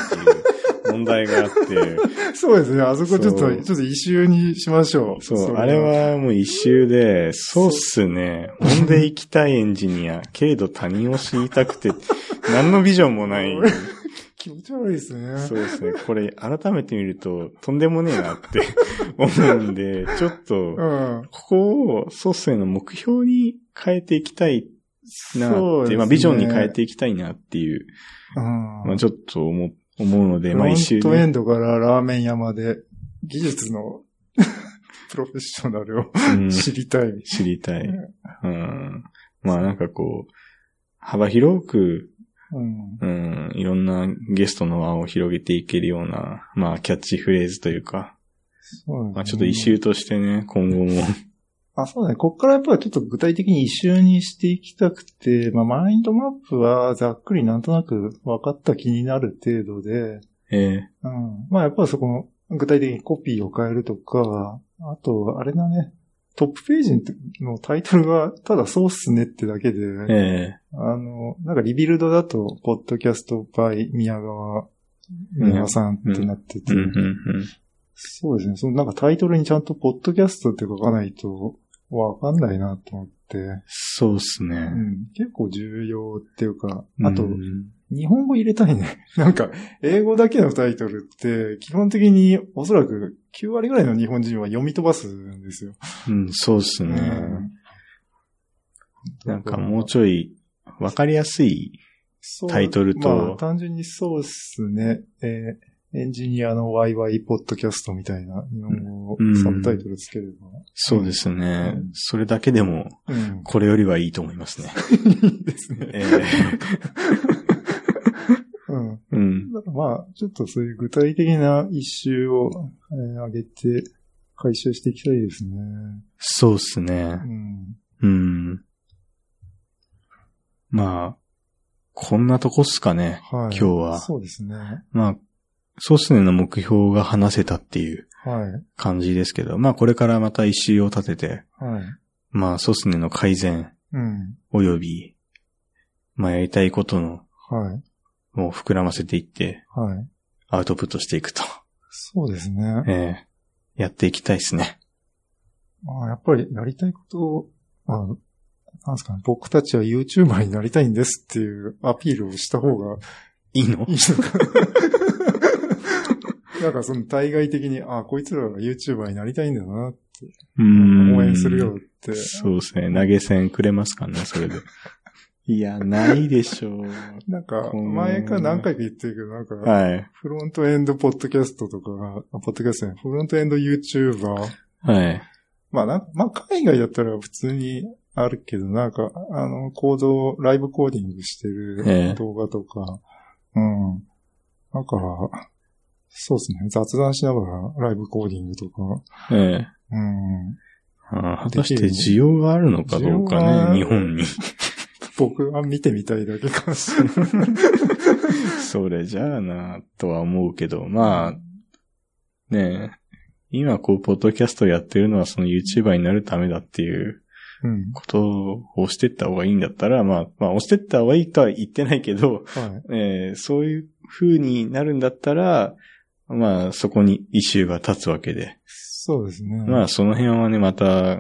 [SPEAKER 1] いう問題があ って、
[SPEAKER 2] そうですね。あそこちょっ
[SPEAKER 1] そ
[SPEAKER 2] と、
[SPEAKER 1] う
[SPEAKER 2] ちょっと一周にしましょう。
[SPEAKER 1] そう、
[SPEAKER 2] れ
[SPEAKER 1] あれ。はもう一周で、そうっすね。ほんで行きたいエンジニア、けれど他人を知りた くて、何のビジョンもない。
[SPEAKER 2] 気持ち悪いですね。
[SPEAKER 1] そうですね。これ改めて見ると、とんでもねえなって 思うんで、ちょっと
[SPEAKER 2] う、ん。
[SPEAKER 1] ここをソースへの目標に変えていきたいな
[SPEAKER 2] そう
[SPEAKER 1] っ
[SPEAKER 2] で
[SPEAKER 1] て、
[SPEAKER 2] すね
[SPEAKER 1] まあビジョンに変えていきたいなっていう、
[SPEAKER 2] うん。
[SPEAKER 1] まあちょっと思う思うので、
[SPEAKER 2] フロ
[SPEAKER 1] まあ一周
[SPEAKER 2] ントエ
[SPEAKER 1] ね
[SPEAKER 2] ンドからラーメン山で、技術の プロフェッショナルを
[SPEAKER 1] うん
[SPEAKER 2] 知りたい。
[SPEAKER 1] 知りたい。
[SPEAKER 2] う
[SPEAKER 1] うん。まあなんかこう、幅広く
[SPEAKER 2] うん。
[SPEAKER 1] うん、いろんなゲストの輪を広げていけるような、まあ、キャッチフレーズというか、
[SPEAKER 2] そうですね
[SPEAKER 1] まあ、ちょっと一。周としてね、今後 も。
[SPEAKER 2] あ、そうだね。こっからやっぱりちょっと具体的に一周にしていきたくて、まあ、マインドマップはざっくりなんとなく分かった気になる程度で、
[SPEAKER 1] ええ
[SPEAKER 2] うん。まあやっぱりそこの具体的にコピーを変えるとか、あと、あれだね、トップページのタイトルがただそうっすねってだけで、
[SPEAKER 1] ええ
[SPEAKER 2] あの、なんかリビルドだと、ポッドキャストバイ宮川宮川さんってなってて、
[SPEAKER 1] うん、うん、
[SPEAKER 2] そうですね、そのなんかタイトルにちゃんとポッドキャストって書かないとわかんないなと思って、
[SPEAKER 1] そうっすね
[SPEAKER 2] う。ん、結構重要っていうか、あと、
[SPEAKER 1] うん
[SPEAKER 2] 日本語入れたいね。 なんか、英語だけのタイトルって、基本的におそらく9割ぐらいの日本人は読み飛ばすんですよ。
[SPEAKER 1] うん、そうっすね。なんかもうちょい、わかりやすい。
[SPEAKER 2] そう
[SPEAKER 1] タイトルと
[SPEAKER 2] まあ、単純にそうっすね。えーエンジニアのワイワイポッドキャストみたいな日本語を
[SPEAKER 1] うん
[SPEAKER 2] サブタイトルつければ。
[SPEAKER 1] そうですね
[SPEAKER 2] うん。
[SPEAKER 1] それだけでも、
[SPEAKER 2] うん。
[SPEAKER 1] これよりはいいと思いますね。
[SPEAKER 2] いい ですね。
[SPEAKER 1] ええ
[SPEAKER 2] うん。
[SPEAKER 1] うん。
[SPEAKER 2] だからまあ、ちょっとそういう具体的な一周を、えー上げて、回収していきたいですね。
[SPEAKER 1] そうっすね
[SPEAKER 2] う。ん。
[SPEAKER 1] うん。まあ、こんなとこっすかね。
[SPEAKER 2] は
[SPEAKER 1] 今
[SPEAKER 2] い。
[SPEAKER 1] 日は
[SPEAKER 2] そうですね。
[SPEAKER 1] まあ、そうっすねの目標が話せたっていう
[SPEAKER 2] はい。
[SPEAKER 1] 感じですけど、まあこれからまた一周を立てて、
[SPEAKER 2] はい。
[SPEAKER 1] まあそうっすねの改善
[SPEAKER 2] うん。
[SPEAKER 1] 及び、まあやりたいことの、
[SPEAKER 2] はい。
[SPEAKER 1] を膨らませていって、
[SPEAKER 2] はい。
[SPEAKER 1] アウトプットしていくと、
[SPEAKER 2] そうですね。
[SPEAKER 1] ええやっていきたいですね。
[SPEAKER 2] まあ、やっぱりやりたいことを、まあ、なんですかね、僕たちは YouTuber になりたいんですっていうアピールをした方が
[SPEAKER 1] いいの
[SPEAKER 2] いいのか。なんかその対外的に、あ、こいつらが YouTuber になりたいんだなって、
[SPEAKER 1] う
[SPEAKER 2] 応援するよって。
[SPEAKER 1] そうっすね。投げ銭くれますかね、それで。 いや、ないでしょう。
[SPEAKER 2] なんか、前から何回か言ってるけど、なんか、
[SPEAKER 1] はい。
[SPEAKER 2] フロントエンドポッドキャストとか、あポッドキャストね、フロントエンド YouTuber
[SPEAKER 1] はい。
[SPEAKER 2] まあなんか、まあ海外だったら普通にあるけど、なんか、あの、コード、ライブコーディングして
[SPEAKER 1] ええ
[SPEAKER 2] る動画とか、うん。だから、そうですね。雑談しながらライブコーディングとか、
[SPEAKER 1] ええ
[SPEAKER 2] うん。
[SPEAKER 1] あー果たして需要があるのかどう
[SPEAKER 2] 需要
[SPEAKER 1] か
[SPEAKER 2] が
[SPEAKER 1] ね、日本に。
[SPEAKER 2] 僕は見てみたいだけかもし
[SPEAKER 1] それじゃあな、とは思うけど、まあ、ねえ、今こう、ポッドキャストやってるのはその YouTuber になるためだっていう
[SPEAKER 2] れない。うん。
[SPEAKER 1] ことを押してった方がいいんだったら、まあ、まあ、押してった方がいいとは言ってないけど、
[SPEAKER 2] はい。
[SPEAKER 1] えーそういう風になるんだったら、まあ、そこにイシューが立つわけで。
[SPEAKER 2] そうですね。
[SPEAKER 1] まあ、その辺はね、また、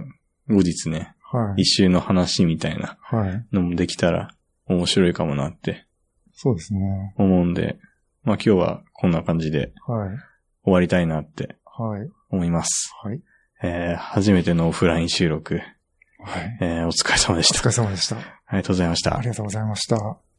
[SPEAKER 1] 後日ね、
[SPEAKER 2] はい
[SPEAKER 1] イ。シューの話みたいな
[SPEAKER 2] はい。
[SPEAKER 1] のもできたら面白いかもなって
[SPEAKER 2] そうですね。
[SPEAKER 1] 思うんで、まあ今日はこんな感じで
[SPEAKER 2] はい。
[SPEAKER 1] 終わりたいなって
[SPEAKER 2] はい。
[SPEAKER 1] 思います。
[SPEAKER 2] はい。
[SPEAKER 1] えー、初めてのオフライン収録、
[SPEAKER 2] はい。
[SPEAKER 1] えー、お疲れ様で
[SPEAKER 2] お
[SPEAKER 1] し
[SPEAKER 2] 疲
[SPEAKER 1] た。
[SPEAKER 2] れ様でした。
[SPEAKER 1] ありがとうございました
[SPEAKER 2] あ。りがとうございました。